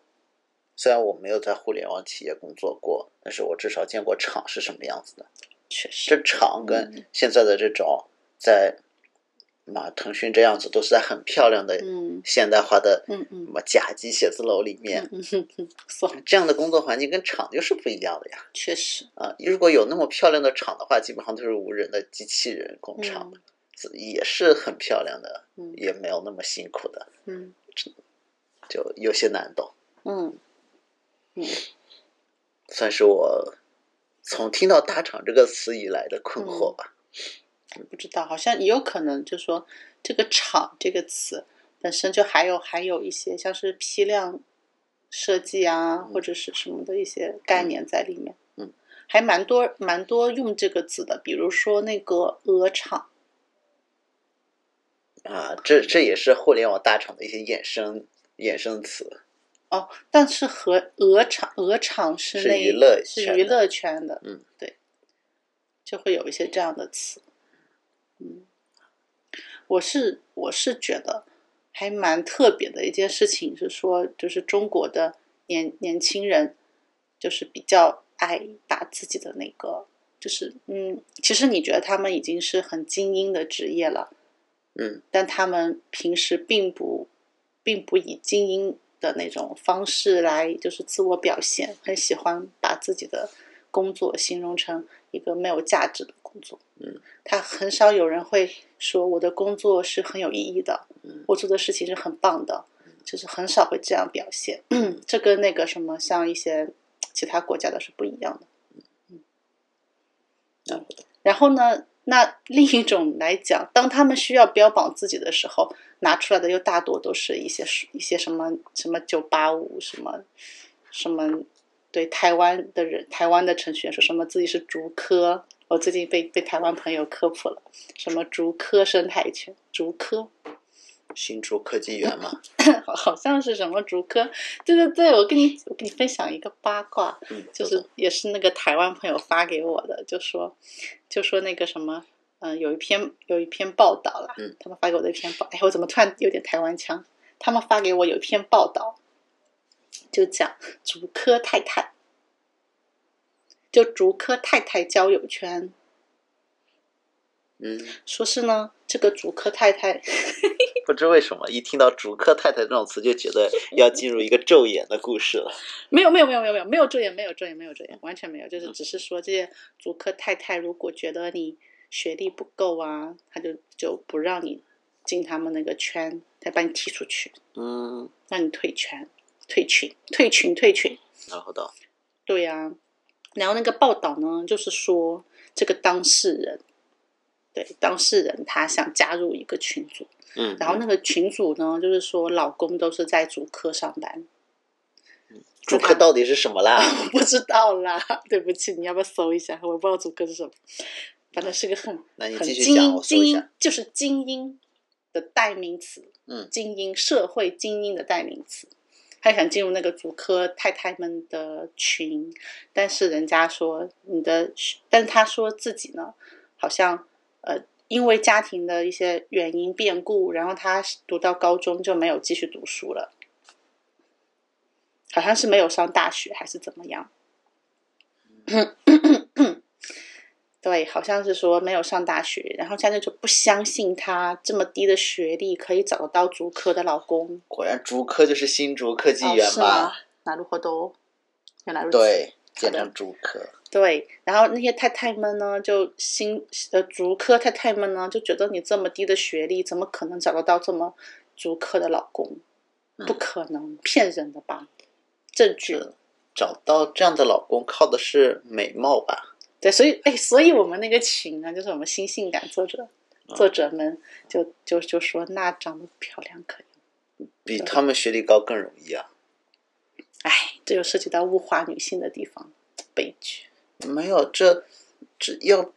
S1: 虽然我没有在互联网企业工作过，但是我至少见过厂是什么样子的。
S2: 确实，
S1: 这
S2: 嗯
S1: 厂跟现在的这种在嘛腾讯这样子，都是在很漂亮的
S2: 嗯
S1: 现代化的
S2: 嗯嗯
S1: 什么甲级写字楼里面，
S2: 嗯哼哼，算了，
S1: 这样的工作环境跟厂就是不一样的呀。
S2: 确实，
S1: 啊，如果有那么漂亮的厂的话，基本上都是无人的机器人工厂，
S2: 嗯
S1: 也是很漂亮的，
S2: 嗯
S1: 也没有那么辛苦的，
S2: 嗯
S1: 就有些难懂。
S2: 嗯嗯
S1: 算是我从听到“大厂”这个词以来的困惑吧。
S2: 不知道，好像也有可能，就说这个“厂”这个词本身就还有还有一些像是批量设计啊，或者是什么的一些概念在里面。
S1: 嗯，
S2: 还蛮多蛮多用这个字的，比如说那个鹅厂，
S1: 啊，这这也是互联网大厂的一些衍生衍生词。
S2: 哦，但是和鹅厂，鹅厂是
S1: 是
S2: 那
S1: 娱乐
S2: 是
S1: 圈
S2: 娱
S1: 的
S2: 乐圈的，
S1: 嗯，
S2: 对，就会有一些这样的词，嗯，我是我是觉得还蛮特别的一件事情是说，就是中国的年年轻人就是比较爱把自己的那个。就是，嗯，其实你觉得他们已经是很精英的职业了，
S1: 嗯
S2: 但他们平时并不，并不以精英的那种方式来就是自我表现，很喜欢把自己的工作形容成一个没有价值的工作。
S1: 嗯，
S2: 他很少有人会说我的工作是很有意义的，
S1: 嗯
S2: 我做的事情是很棒的，就是很少会这样表现。 这跟那个什么像一些其他国家的是不一样的。
S1: 那我
S2: 然后呢，那另一种来讲，当他们需要标榜自己的时候，拿出来的又大多都是一些一些什么什么九八五什么什么，对台湾的人，台湾的程序员说什么自己是竹科，我最近被被台湾朋友科普了，什么竹科生态圈，竹科
S1: 新竹科技园 嘛，
S2: 好好像是什么竹科，对对对，我跟你我跟你分享一个八卦，
S1: 嗯，
S2: 就是也是那个台湾朋友发给我的，就说就说那个什么，嗯、有一篇有一篇报道啦，
S1: 嗯
S2: 他们发给我的一篇报，哎，我怎么突然有点台湾腔？他们发给我有一篇报道，就讲竹科太太，就竹科太太交友圈，
S1: 嗯，
S2: 说是呢，这个竹科太太
S1: 不知为什么一听到“竹科太太”这种词，就觉得要进入一个昼颜的故事了。
S2: 没有没有没有没有没有没有遮掩，没有遮掩，没有遮掩，完全没有，就是只是说这些足科太太如果觉得你学历不够啊，他就就不让你进他们那个圈，再把你踢出去，
S1: 嗯，
S2: 让你退圈、退群、退群、退群。
S1: 然后到
S2: 对呀、然后那个报道呢，就是说这个当事人，对当事人他想加入一个群组，
S1: 嗯，
S2: 然后那个群组呢，就是说老公都是在主科上班，
S1: 竹科到底是什么啦？
S2: 我 不知道啦，对不起，你要不要搜一下？我不知道主歌是什么，反正是个很
S1: 那你
S2: 很
S1: 继续
S2: 精
S1: 讲
S2: 英
S1: 我搜一
S2: 精英
S1: 下，
S2: 就是精英的代名词，
S1: 嗯
S2: 精英社会精英的代名词。他想进入那个主科太太们的群，但是人家说你的，但他说自己呢，好像呃，因为家庭的一些原因变故，然后他读到高中就没有继续读书了，好像是没有上大学还是怎么 样。对，好像是说没有上大学，然后家里就不相信他这么低的学历可以找得到竹科的老公。
S1: 果然竹科就是新竹科技
S2: 哦，
S1: 园
S2: 是吗
S1: 嘛，？
S2: 哪路活都原来如此。
S1: 对，
S2: 好的
S1: 简称竹科。
S2: 对，然后那些太太们呢，就新呃竹科太太们呢，就觉得你这么低的学历，怎么可能找得到这么竹科的老公？不
S1: 嗯
S2: 可能，骗人的吧？证据
S1: 是找到这样的老公靠的是美貌吧？
S2: 对，所以哎，所以我们那个群呢，就是我们新性感作者
S1: 嗯
S2: 作者们就就就说，那长得漂亮可以。
S1: 比他们学历高更容易啊？
S2: 哎，这就涉及到物化女性的地方，悲剧。
S1: 没有，这这要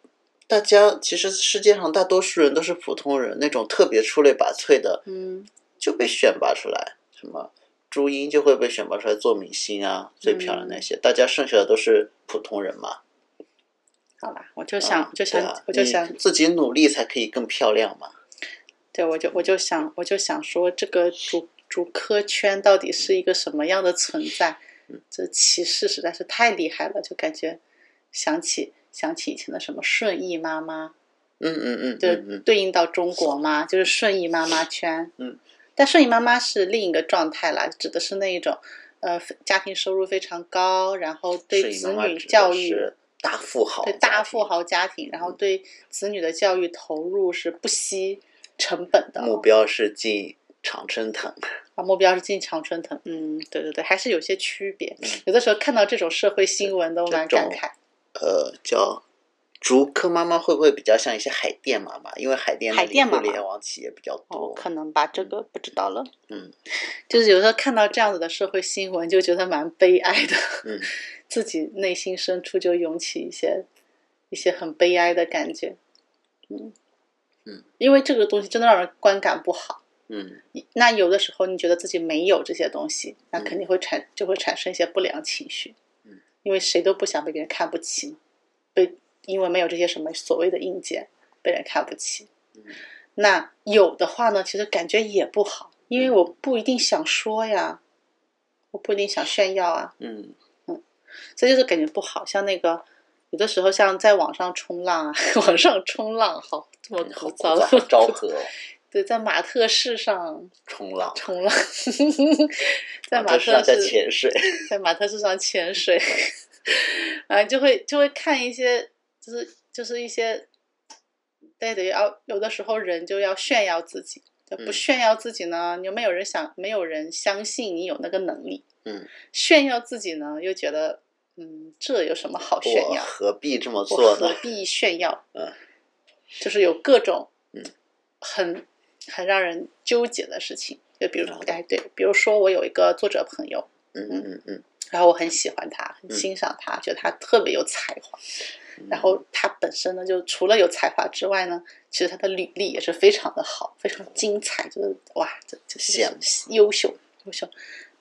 S1: 大家其实世界上大多数人都是普通人，那种特别出类拔萃的
S2: 嗯，
S1: 就被选拔出来，什么朱茵就会被选拔出来做明星啊，最漂亮那
S2: 嗯
S1: 些，大家剩下的都是普通人嘛。
S2: 好啦，我就想，
S1: 啊
S2: 我就想，
S1: 对啊
S2: 我就
S1: 你
S2: 想，
S1: 自己努力才可以更漂亮嘛。
S2: 对，我就我就想，我就想说，这个主主科圈到底是一个什么样的存在？
S1: 嗯
S2: 这歧视实在是太厉害了，就感觉想起想起以前的什么顺义妈妈，
S1: 嗯嗯嗯，
S2: 就
S1: 嗯嗯，
S2: 对应到中国嘛，就是顺义妈妈圈。
S1: 嗯，
S2: 但顺义妈妈是另一个状态啦，指的是那一种，呃，家庭收入非常高，然后对
S1: 摄影
S2: 子
S1: 妈妈
S2: 女
S1: 指的
S2: 教育
S1: 是大富豪，
S2: 对大富。豪家庭，然后对子女的教育投入是不惜成本的。
S1: 目标是进长春藤，
S2: 啊，目标是进长春藤。嗯，对对对，还是有些区别。有的时候看到这种社会新闻都蛮
S1: 嗯这
S2: 感
S1: 种
S2: 慨。
S1: 呃，叫竹科妈妈会不会比较像一些海淀妈妈？因为海淀那
S2: 海
S1: 里
S2: 淀妈妈
S1: 互联网企业比较
S2: 哦，
S1: 多。
S2: 可能吧，这个不知道了。
S1: 嗯，
S2: 就是有时候看到这样子的社会新闻，就觉得蛮悲哀的。
S1: 嗯，
S2: 自己内心深处就涌起一些一些很悲哀的感觉。嗯
S1: 嗯，
S2: 因为这个东西真的让人观感不好。
S1: 嗯，
S2: 那有的时候你觉得自己没有这些东西，那肯定会产就会产生一些不良情绪，
S1: 嗯，
S2: 因为谁都不想被别人看不起嘛，被因为没有这些什么所谓的硬件被人看不起，
S1: 嗯
S2: 那有的话呢，其实感觉也不好，因
S1: 嗯
S2: 为我不一定想说呀，我不一定想炫耀啊，
S1: 嗯，
S2: 这就是感觉不好。像那个有的时候像在网上冲浪啊， 网上冲浪好这么
S1: 嗯
S2: 枯
S1: 好
S2: 燥，
S1: 昭和
S2: 对，在马特市上
S1: 冲浪，
S2: 冲浪， 在
S1: 这
S2: 马
S1: 啊是
S2: 特
S1: 让在
S2: 市
S1: 潜 水。
S2: 在马特市上潜水， 啊，就会就会看一些，就是就是一些，对的，要有的时候人就要炫耀自己，就不
S1: 嗯
S2: 炫耀自己呢，又没有人想，没有人相信你有那个能力，
S1: 嗯，
S2: 炫耀自己呢，又觉得，嗯，这有什么好炫
S1: 我
S2: 耀？
S1: 何必这么
S2: 我
S1: 做
S2: 何
S1: 呢？
S2: 必炫耀？
S1: 嗯，
S2: 就是有各种
S1: 嗯
S2: 很很让人纠结的事情，就比如
S1: 好的
S2: 哎对，比如说我有一个作者朋友，
S1: 嗯嗯嗯，
S2: 然后我很喜欢他，很
S1: 嗯
S2: 欣赏他，觉得他特别有才华。
S1: 嗯
S2: 然后他本身呢，就除了有才华之外呢，其实他的履历也是非常的好，非常精彩，就是哇，这这
S1: 羡慕
S2: 是优秀优秀，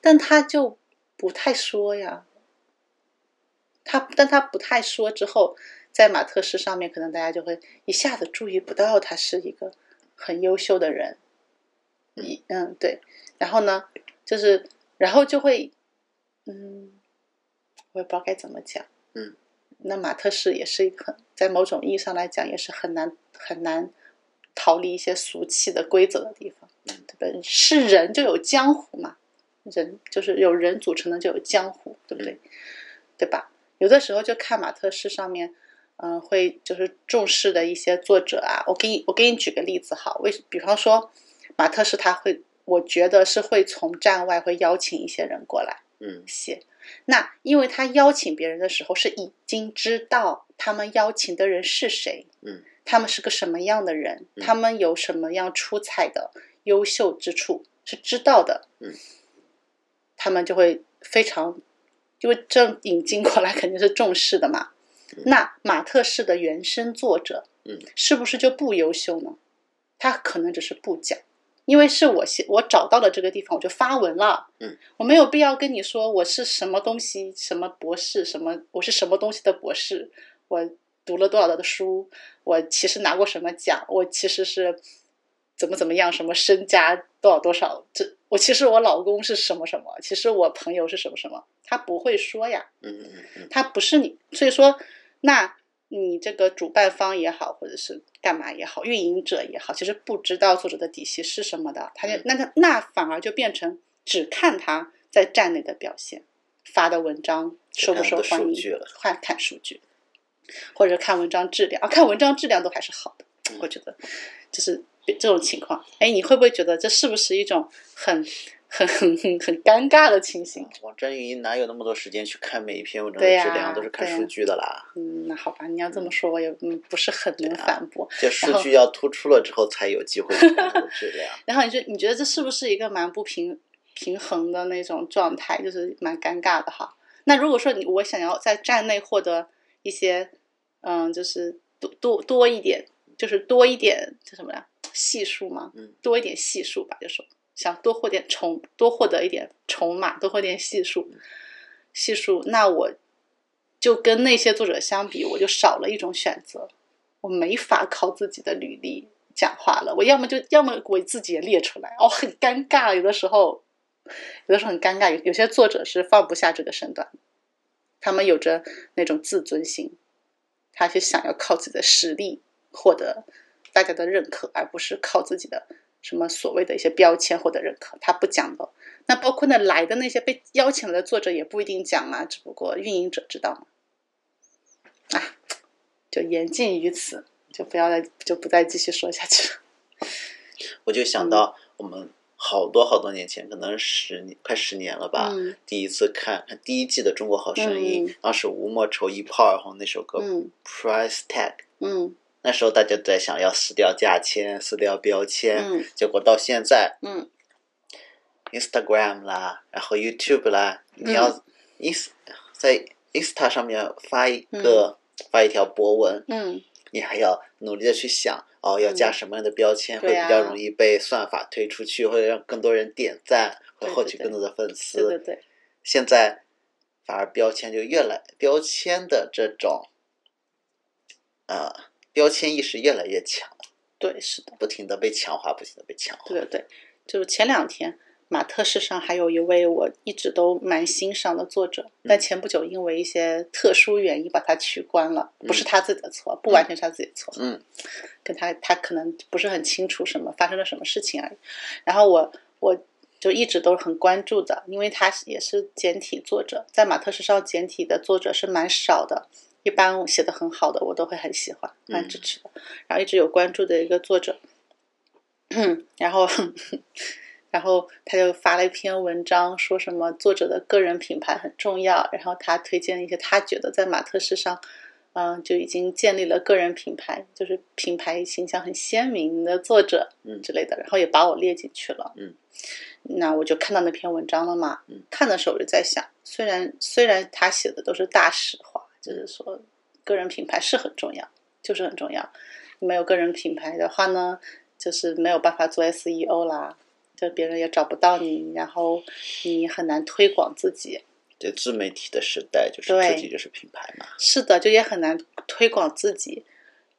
S2: 但他就不太说呀。他但他不太说之后，在马特式上面，可能大家就会一下子注意不到他是一个很优秀的人。
S1: 嗯
S2: 一嗯对，然后呢，就是然后就会嗯，我也不知道该怎么讲。
S1: 嗯，
S2: 那马特式也是一个很，在某种意义上来讲，也是很难很难逃离一些俗气的规则的地方，
S1: 嗯
S2: 对吧？是人就有江湖嘛，人就是有人组成的就有江湖，对不对？对吧？有的时候就看马特式上面。嗯，会就是重视的一些作者啊，我给你我给你举个例子哈，为比方说马特式他会，我觉得是会从站外会邀请一些人过来，
S1: 嗯
S2: 些。那因为他邀请别人的时候是已经知道他们邀请的人是谁，
S1: 嗯，
S2: 他们是个什么样的人，
S1: 嗯
S2: 他们有什么样出彩的优秀之处是知道的，
S1: 嗯，
S2: 他们就会非常，因为这引进过来肯定是重视的嘛。那马特式的原生作者，
S1: 嗯，
S2: 是不是就不优秀呢？他可能只是不讲，因为是我先我找到了这个地方，我就发文了。我没有必要跟你说我是什么东西，什么博士，什么我是什么东西的博士，我读了多少的书，我其实拿过什么奖，我其实是怎么怎么样，什么身家多少多少，这我其实我老公是什么什么，其实我朋友是什么什么，他不会说呀，
S1: 嗯嗯嗯，
S2: 他不是你，所以说，那你这个主办方也好，或者是干嘛也好，运营者也好，其实不知道作者的底细是什么的，他就
S1: 嗯
S2: 那他那反而就变成只看他在站内的表现，发的文章
S1: 只
S2: 受不
S1: 看
S2: 受
S1: 他的
S2: 欢
S1: 数
S2: 迎
S1: 据了，
S2: 看看数据，或者看文章质量啊，看文章质量都还是好的，
S1: 嗯
S2: 我觉得就是这种情况。哎，你会不会觉得这是不是一种很很很很很尴尬的情形？
S1: 网站运营哪有那么多时间去看每一篇文章的
S2: 对呀
S1: 质量，都是看
S2: 对呀
S1: 数据的啦。
S2: 嗯，那好吧，你要这么说，我也嗯不是很能反驳。
S1: 这数据要突出了之后，才有机会去看它的质量。
S2: 然后你就你觉得这是不是一个蛮不平平衡的那种状态，就是蛮尴尬的哈。那如果说你我想要在站内获得一些，嗯，就是多多多一点，就是多一点叫什么呀？系数吗？
S1: 嗯，
S2: 多一点系数吧，就是想多获点筹，多获得一点筹码，多获点系数，系数。那我就跟那些作者相比，我就少了一种选择，我没法靠自己的履历讲话了。我要么就要么我自己也列出来，哦，很尴尬。有的时候，有的时候很尴尬。有有些作者是放不下这个身段，他们有着那种自尊心，他是想要靠自己的实力获得大家的认可，而不是靠自己的什么所谓的一些标签获得认可。他不讲的。那包括那来的那些被邀请来的作者也不一定讲啊，只不过运营者知道嘛。啊，就言尽于此，就不要再就不再继续说下去了。
S1: 我就
S2: 嗯
S1: 想到我们好多好多年前，可能十年快十年了吧，
S2: 嗯
S1: 第一次看看第一季的《中国好声音》
S2: 嗯
S1: 当时吴莫愁一炮而红那首歌《
S2: 嗯
S1: Price Tag》，
S2: 嗯
S1: 那时候大家都在想要撕掉价签、撕掉标签，
S2: 嗯
S1: 结果到现在
S2: 嗯
S1: Instagram 啦，然后 YouTube 啦，
S2: 嗯
S1: 你要 ins、在 Insta 上面发一个、发一条博文，
S2: 嗯，
S1: 你还要努力的去想哦，要加什么样的标签、会
S2: 对啊
S1: 比较容易被算法推出去，会让更多人点赞，会
S2: 对
S1: 获取
S2: 对对
S1: 更多的粉丝。
S2: 对对对，
S1: 现在反而标签就越来标签的这种，呃，标签意识越来越强，
S2: 对是的，
S1: 不停的被强化，不停的被强化。
S2: 对对对，就是前两天。马特世上还有一位我一直都蛮欣赏的作者，
S1: 嗯
S2: 但前不久因为一些特殊原因把他取关了，不是他自己的错，不完全是他自己的错，
S1: 嗯，
S2: 跟他他可能不是很清楚什么发生了什么事情而已。然后我我就一直都是很关注的，因为他也是简体作者，在马特时尚简体的作者是蛮少的，一般写的很好的我都会很喜欢，
S1: 嗯
S2: 蛮支持的。然后一直有关注的一个作者，然后然后他就发了一篇文章，说什么作者的个人品牌很重要，然后他推荐了一些他觉得在马特市上，嗯、就已经建立了个人品牌，就是品牌形象很鲜明的作者，
S1: 嗯
S2: 之类的，然后也把我列进去了，
S1: 嗯，
S2: 那我就看到那篇文章了嘛，
S1: 嗯
S2: 看的时候我就在想，虽然虽然他写的都是大实话，
S1: 嗯
S2: 就是说个人品牌是很重要，就是很重要，没有个人品牌的话呢，就是没有办法做 SEO 啦，就别人也找不到你，然后你很难推广自己。
S1: 对自媒体的时代，就是
S2: 对
S1: 自己就是品牌嘛。
S2: 是的，就也很难推广自己。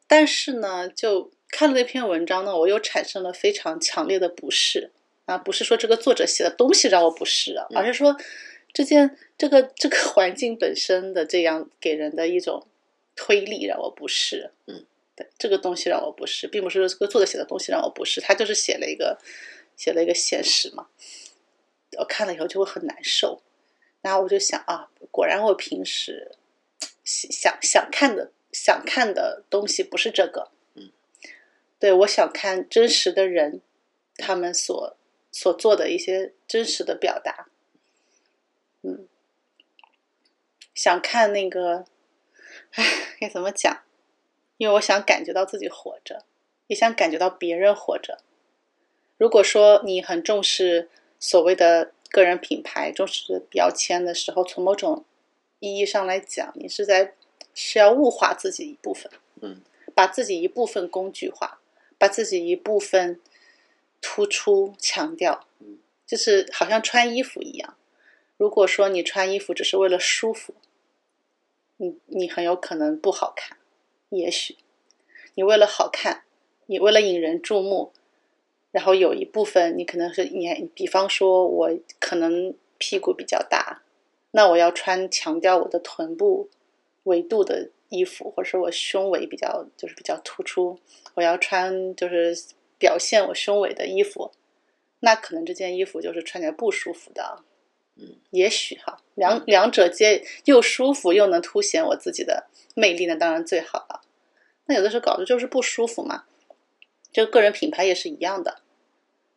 S2: 但是呢，就看了那篇文章呢，我又产生了非常强烈的不适啊，不是说这个作者写的东西让我不适啊，
S1: 嗯
S2: 而是说这件这个这个 环境本身的这样给人的一种推力让我不适。
S1: 嗯，
S2: 对，这个东西让我不适，并不是说这个作者写的东西让我不适，他就是写了一个写了一个现实嘛。我看了以后就会很难受，然后我就想啊，果然我平时想想看的想看的东西不是这个，
S1: 嗯，
S2: 对我想看真实的人，他们所所做的一些真实的表达，嗯，想看那个，唉，该怎么讲？因为我想感觉到自己活着，也想感觉到别人活着。如果说你很重视所谓的个人品牌、重视标签的时候，从某种意义上来讲，你是在是要物化自己一部分，
S1: 嗯，
S2: 把自己一部分工具化，把自己一部分突出强调，
S1: 嗯，
S2: 就是好像穿衣服一样。如果说你穿衣服只是为了舒服，你你很有可能不好看，也许你为了好看，你为了引人注目，然后有一部分你可能是你，比方说我可能屁股比较大，那我要穿强调我的臀部维度的衣服，或者是我胸围比较就是比较突出，我要穿就是表现我胸围的衣服，那可能这件衣服就是穿起来不舒服的。
S1: 嗯，
S2: 也许哈，两两者皆又舒服又能凸显我自己的魅力，那当然最好了。那有的时候搞的就是不舒服嘛，就个人品牌也是一样的。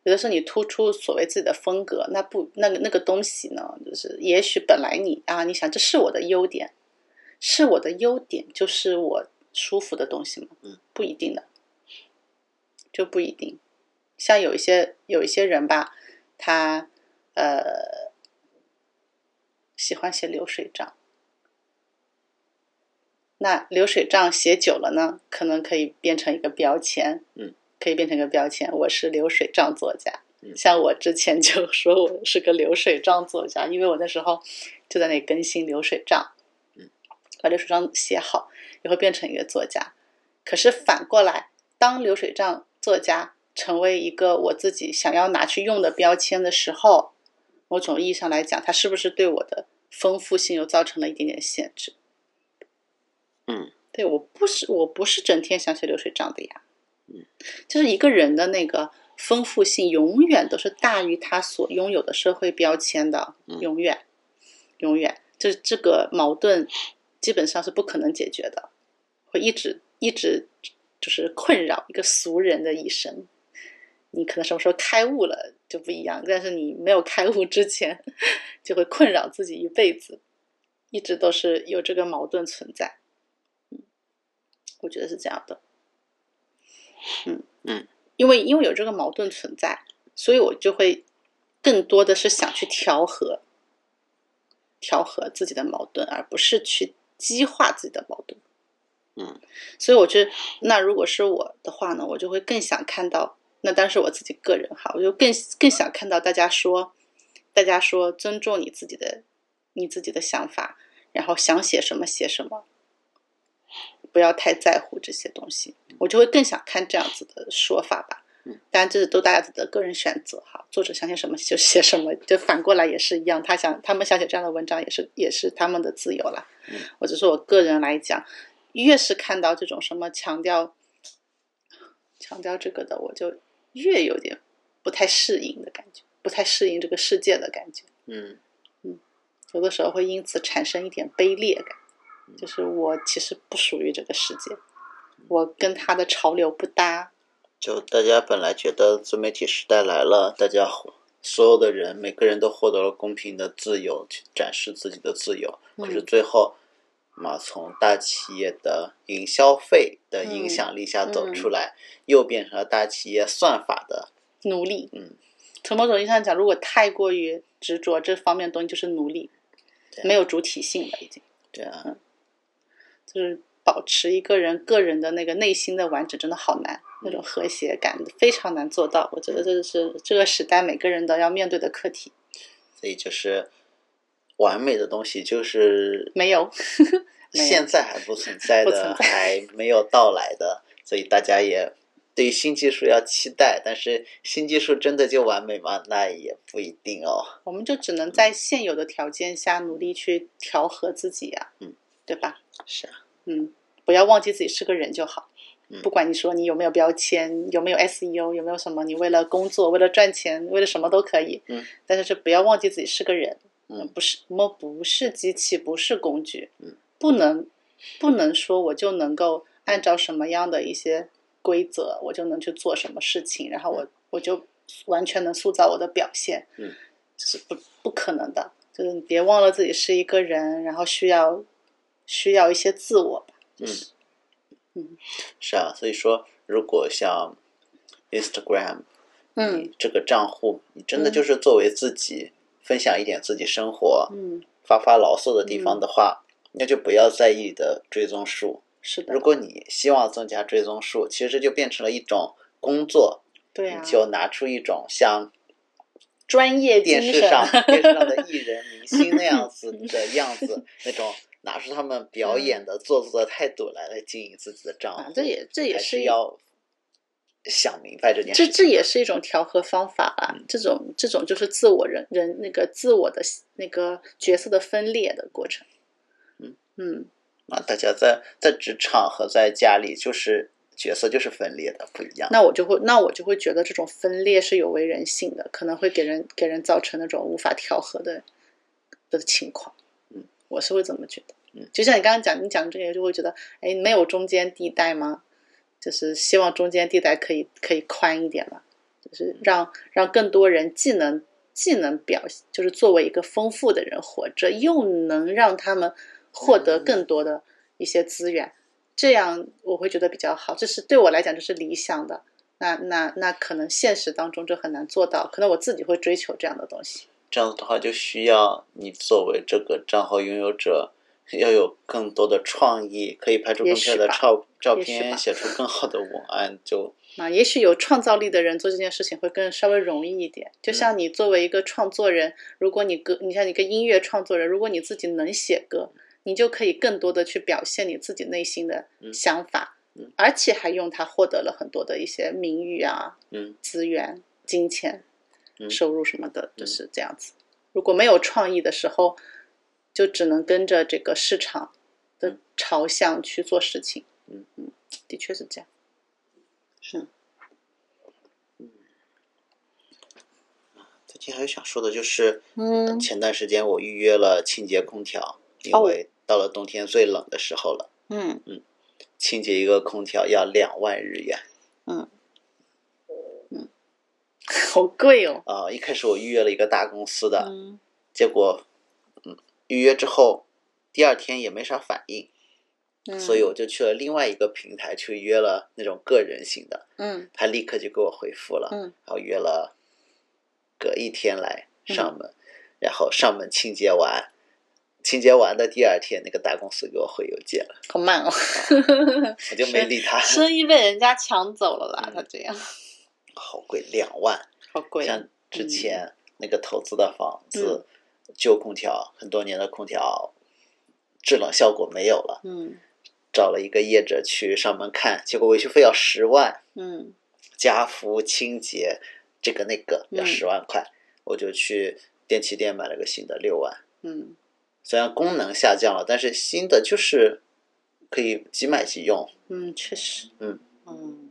S2: 有的时候你突出所谓自己的风格，那不那个那个东西呢，就是也许本来你啊，你想这是我的优点，是我的优点就是我舒服的东西嘛，
S1: 嗯，
S2: 不一定的，就不一定。像有一些有一些人吧，他呃喜欢写流水账。那流水账写久了呢，可能可以变成一个标签，
S1: 嗯，
S2: 可以变成一个标签，我是流水账作家。
S1: 嗯
S2: 像我之前就 说我是个流水账作家，因为我那时候就在那里更新流水账，
S1: 嗯，
S2: 把流水账写好，也会变成一个作家。可是反过来，当流水账作家成为一个我自己想要拿去用的标签的时候，某种意义上来讲，它是不是对我的丰富性又造成了一点点限制？
S1: 嗯，
S2: 对我不是我不是整天想写流水账的呀。
S1: 嗯，
S2: 就是一个人的那个丰富性永远都是大于他所拥有的社会标签的，
S1: 嗯
S2: 永远，永远，这这个矛盾基本上是不可能解决的，会一直一直就是困扰一个俗人的一生。你可能什么时候开悟了就不一样，但是你没有开悟之前，就会困扰自己一辈子，一直都是有这个矛盾存在。嗯，我觉得是这样的。嗯
S1: 嗯，
S2: 因为因为有这个矛盾存在，所以我就会更多的是想去调和，调和自己的矛盾，而不是去激化自己的矛盾。
S1: 嗯，
S2: 所以我觉得，那如果是我的话呢，我就会更想看到，那当然是我自己个人哈，我就更更想看到大家说，大家说尊重你自己的，你自己的想法，然后想写什么写什么，不要太在乎这些东西，我就会更想看这样子的说法吧。当然，这是都大家自己的个人选择哈。作者想写什么就写什么，就反过来也是一样。他想，他们想写这样的文章也是也是他们的自由啦。
S1: 嗯
S2: 我只是我个人来讲，越是看到这种什么强调强调这个的，我就越有点不太适应的感觉，不太适应这个世界的感觉。
S1: 嗯
S2: 有的时候会因此产生一点卑劣感，就是我其实不属于这个世界，我跟他的潮流不搭。
S1: 就大家本来觉得自媒体时代来了，大家获所有的人每个人都获得了公平的自由，去展示自己的自由。
S2: 嗯
S1: 可是最后，嘛，从大企业的营消费的影响力下走出来，又变成了大企业算法的。
S2: 奴隶。
S1: 嗯，
S2: 从某种意义上讲，如果太过于执着这方面的东西，就是奴隶，
S1: 对
S2: 没有主体性了，已经
S1: 对啊，
S2: 就是保持一个人个人的那个内心的完整，真的好难，那种和谐感非常难做到。我觉得这是这个时代每个人都要面对的课题。
S1: 所以就是完美的东西就是
S2: 没有， 没有
S1: 现在还不存在
S2: 不
S1: 的，
S2: 存在
S1: 还没有到来的，所以大家也对于新技术要期待，但是新技术真的就完美吗？那也不一定哦。
S2: 我们就只能在现有的条件下努力去调和自己呀、
S1: 嗯，
S2: 对吧？
S1: 是啊，
S2: 嗯，不要忘记自己是个人就好。
S1: 嗯
S2: 不管你说你有没有标签，有没有 SEO，有没有什么，你为了工作、为了赚钱、为了什么都可以。
S1: 嗯，
S2: 但是是不要忘记自己是个人，
S1: 嗯
S2: 不是我们不是机器，不是工具。
S1: 嗯，
S2: 不能不能说我就能够按照什么样的一些规则，我就能去做什么事情，然后我、我就完全能塑造我的表现。
S1: 嗯，
S2: 这是不不可能的。就是你别忘了自己是一个人，然后需要需要一些自我吧。就是、
S1: 是啊，所以说如果像 Instagram
S2: 嗯
S1: 你这个账户，你真的就是作为自己、分享一点自己生活、
S2: 嗯，
S1: 发发牢骚的地方的话，那就不要在意你的追踪数。
S2: 是的
S1: 如，果你希望增加追踪数，其实就变成了一种工作，
S2: 对啊
S1: 你，就拿出一种像
S2: 专业精
S1: 电视
S2: 神， 嗯
S1: 上电视上的艺人明星那样子的样子，那种拿出他们表演的做作的态度来来经营自己的账
S2: 啊
S1: 户，，
S2: 这也这也
S1: 还
S2: 是
S1: 是
S2: 一
S1: 要想明白这件事
S2: 这
S1: 情。
S2: 这也是一种调和方法啊，
S1: 嗯
S2: 这种这种就是自我人人那个自我的那个角色的分裂的过程。
S1: 嗯
S2: 嗯，
S1: 啊，大家在在职场和在家里就是角色就是分裂的，不一样。
S2: 那我就会那我就会觉得这种分裂是有违人性的，可能会给人给人造成那种无法调和的的情况。
S1: 嗯，
S2: 我是会这么觉得。
S1: 嗯，
S2: 就像你刚刚讲，你讲这个就会觉得，哎，没有中间地带吗？就是希望中间地带可以可以宽一点嘛，就是让让更多人既能既能表现，就是作为一个丰富的人活着，又能让他们获得更多的一些资源，这样我会觉得比较好。这是对我来讲这是理想的，那那那可能现实当中就很难做到，可能我自己会追求这样的东西。
S1: 这样子的话，就需要你作为这个账号拥有者，要有更多的创意，可以拍出更漂亮
S2: 也
S1: 的
S2: 许
S1: 照照
S2: 也许吧
S1: 片，写出更好的文案，就
S2: 啊，也许有创造力的人做这件事情会更稍微容易一点。
S1: 嗯
S2: 就像你作为一个创作人，如果你歌，你像一个音乐创作人，如果你自己能写歌，你就可以更多的去表现你自己内心的
S1: 嗯
S2: 想法，
S1: 嗯
S2: 而且还用它获得了很多的一些名誉啊、
S1: 嗯
S2: 资源、金钱、
S1: 嗯
S2: 收入什么的，就是这样子。如果没有创意的时候，就只能跟着这个市场的
S1: 嗯
S2: 朝向去做事情。
S1: 嗯
S2: 嗯，的确是这样。嗯是。
S1: 最近还有想说的就是，
S2: 嗯
S1: 前段时间我预约了清洁空调，因
S2: 哦
S1: 为到了冬天最冷的时候了，
S2: 嗯
S1: 清洁一个空调要两万日元。
S2: 嗯嗯，好贵哦。
S1: 啊、一开始我预约了一个大公司的，
S2: 嗯
S1: 结果，嗯，预约之后，第二天也没啥反应，
S2: 嗯
S1: 所以我就去了另外一个平台去约了那种个人型的，
S2: 嗯
S1: 他立刻就给我回复了，
S2: 嗯
S1: 然后约了隔一天来上门，然后上门清洁完，清洁完的第二天，那个大公司给我回邮件了，
S2: 好慢哦，
S1: 我就没理他，
S2: 生意被人家抢走了啦，
S1: 嗯
S2: 他这样
S1: 好贵，两万，
S2: 好贵哦
S1: 像之前那个投资的房子，旧空调很多年的空调，制冷效果没有了，
S2: 嗯
S1: 找了一个业者去上门看，结果维修费要十万，
S2: 嗯
S1: 加服清洁这个那个要
S2: 嗯
S1: 十万块，我就去电器店买了个新的六万，
S2: 嗯
S1: 虽然功能下降了，但是新的就是可以即买即用，
S2: 嗯，确实，
S1: 嗯
S2: 嗯，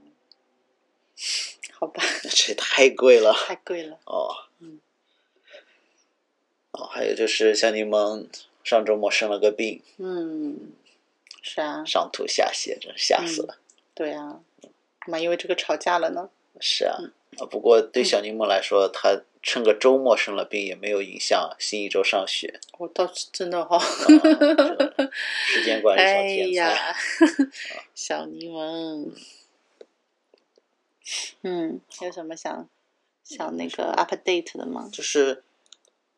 S2: 好吧，
S1: 这也太贵了。
S2: 太贵了，
S1: 哦，
S2: 嗯，
S1: 哦，还有就是像柠檬上周末生了个病，
S2: 嗯，是啊，
S1: 上吐下泻，真是吓
S2: 嗯
S1: 死了。
S2: 对啊，干嘛因为这个吵架了呢？
S1: 是啊，
S2: 嗯
S1: 啊不过对小柠檬来说，他趁个周末生了病也没有影响新一周上 学，
S2: 我倒是真的哈、
S1: 啊这时间管理小
S2: 哎
S1: 天才。
S2: 呀， 小柠檬，嗯，有什么想想那个 update 的吗？
S1: 就是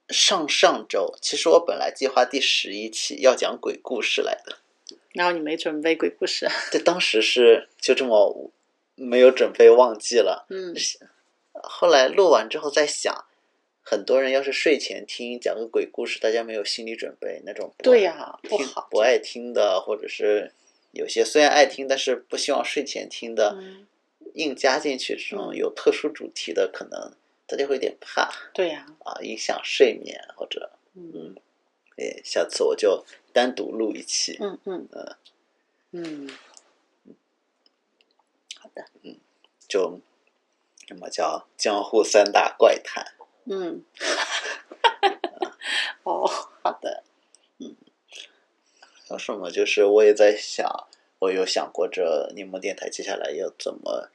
S1: 上上周，其实我本来计划第十一期要讲鬼故事来的，
S2: 然后你没准备鬼故事，
S1: 这当时是就这么没有准备忘记了。
S2: 嗯
S1: 后来录完之后再想，很多人要是睡前听讲个鬼故事，大家没有心理准备，那种不
S2: 对呀
S1: 爱
S2: 不
S1: 听
S2: 好
S1: 不爱听的，或者是有些虽然爱听，但是不希望睡前听的，
S2: 嗯，
S1: 硬加进去这种
S2: 嗯
S1: 有特殊主题的，可能大家会有点怕
S2: 对呀，
S1: 啊，影响睡眠或者
S2: 嗯
S1: 诶，下次我就单独录一期。
S2: 嗯嗯
S1: 呃
S2: 嗯，好的，
S1: 就什么叫江户三大怪谈？
S2: 嗯，哦，好的，
S1: 还有什么？就是我也在想，我有想过这柠檬电台接下来要怎么，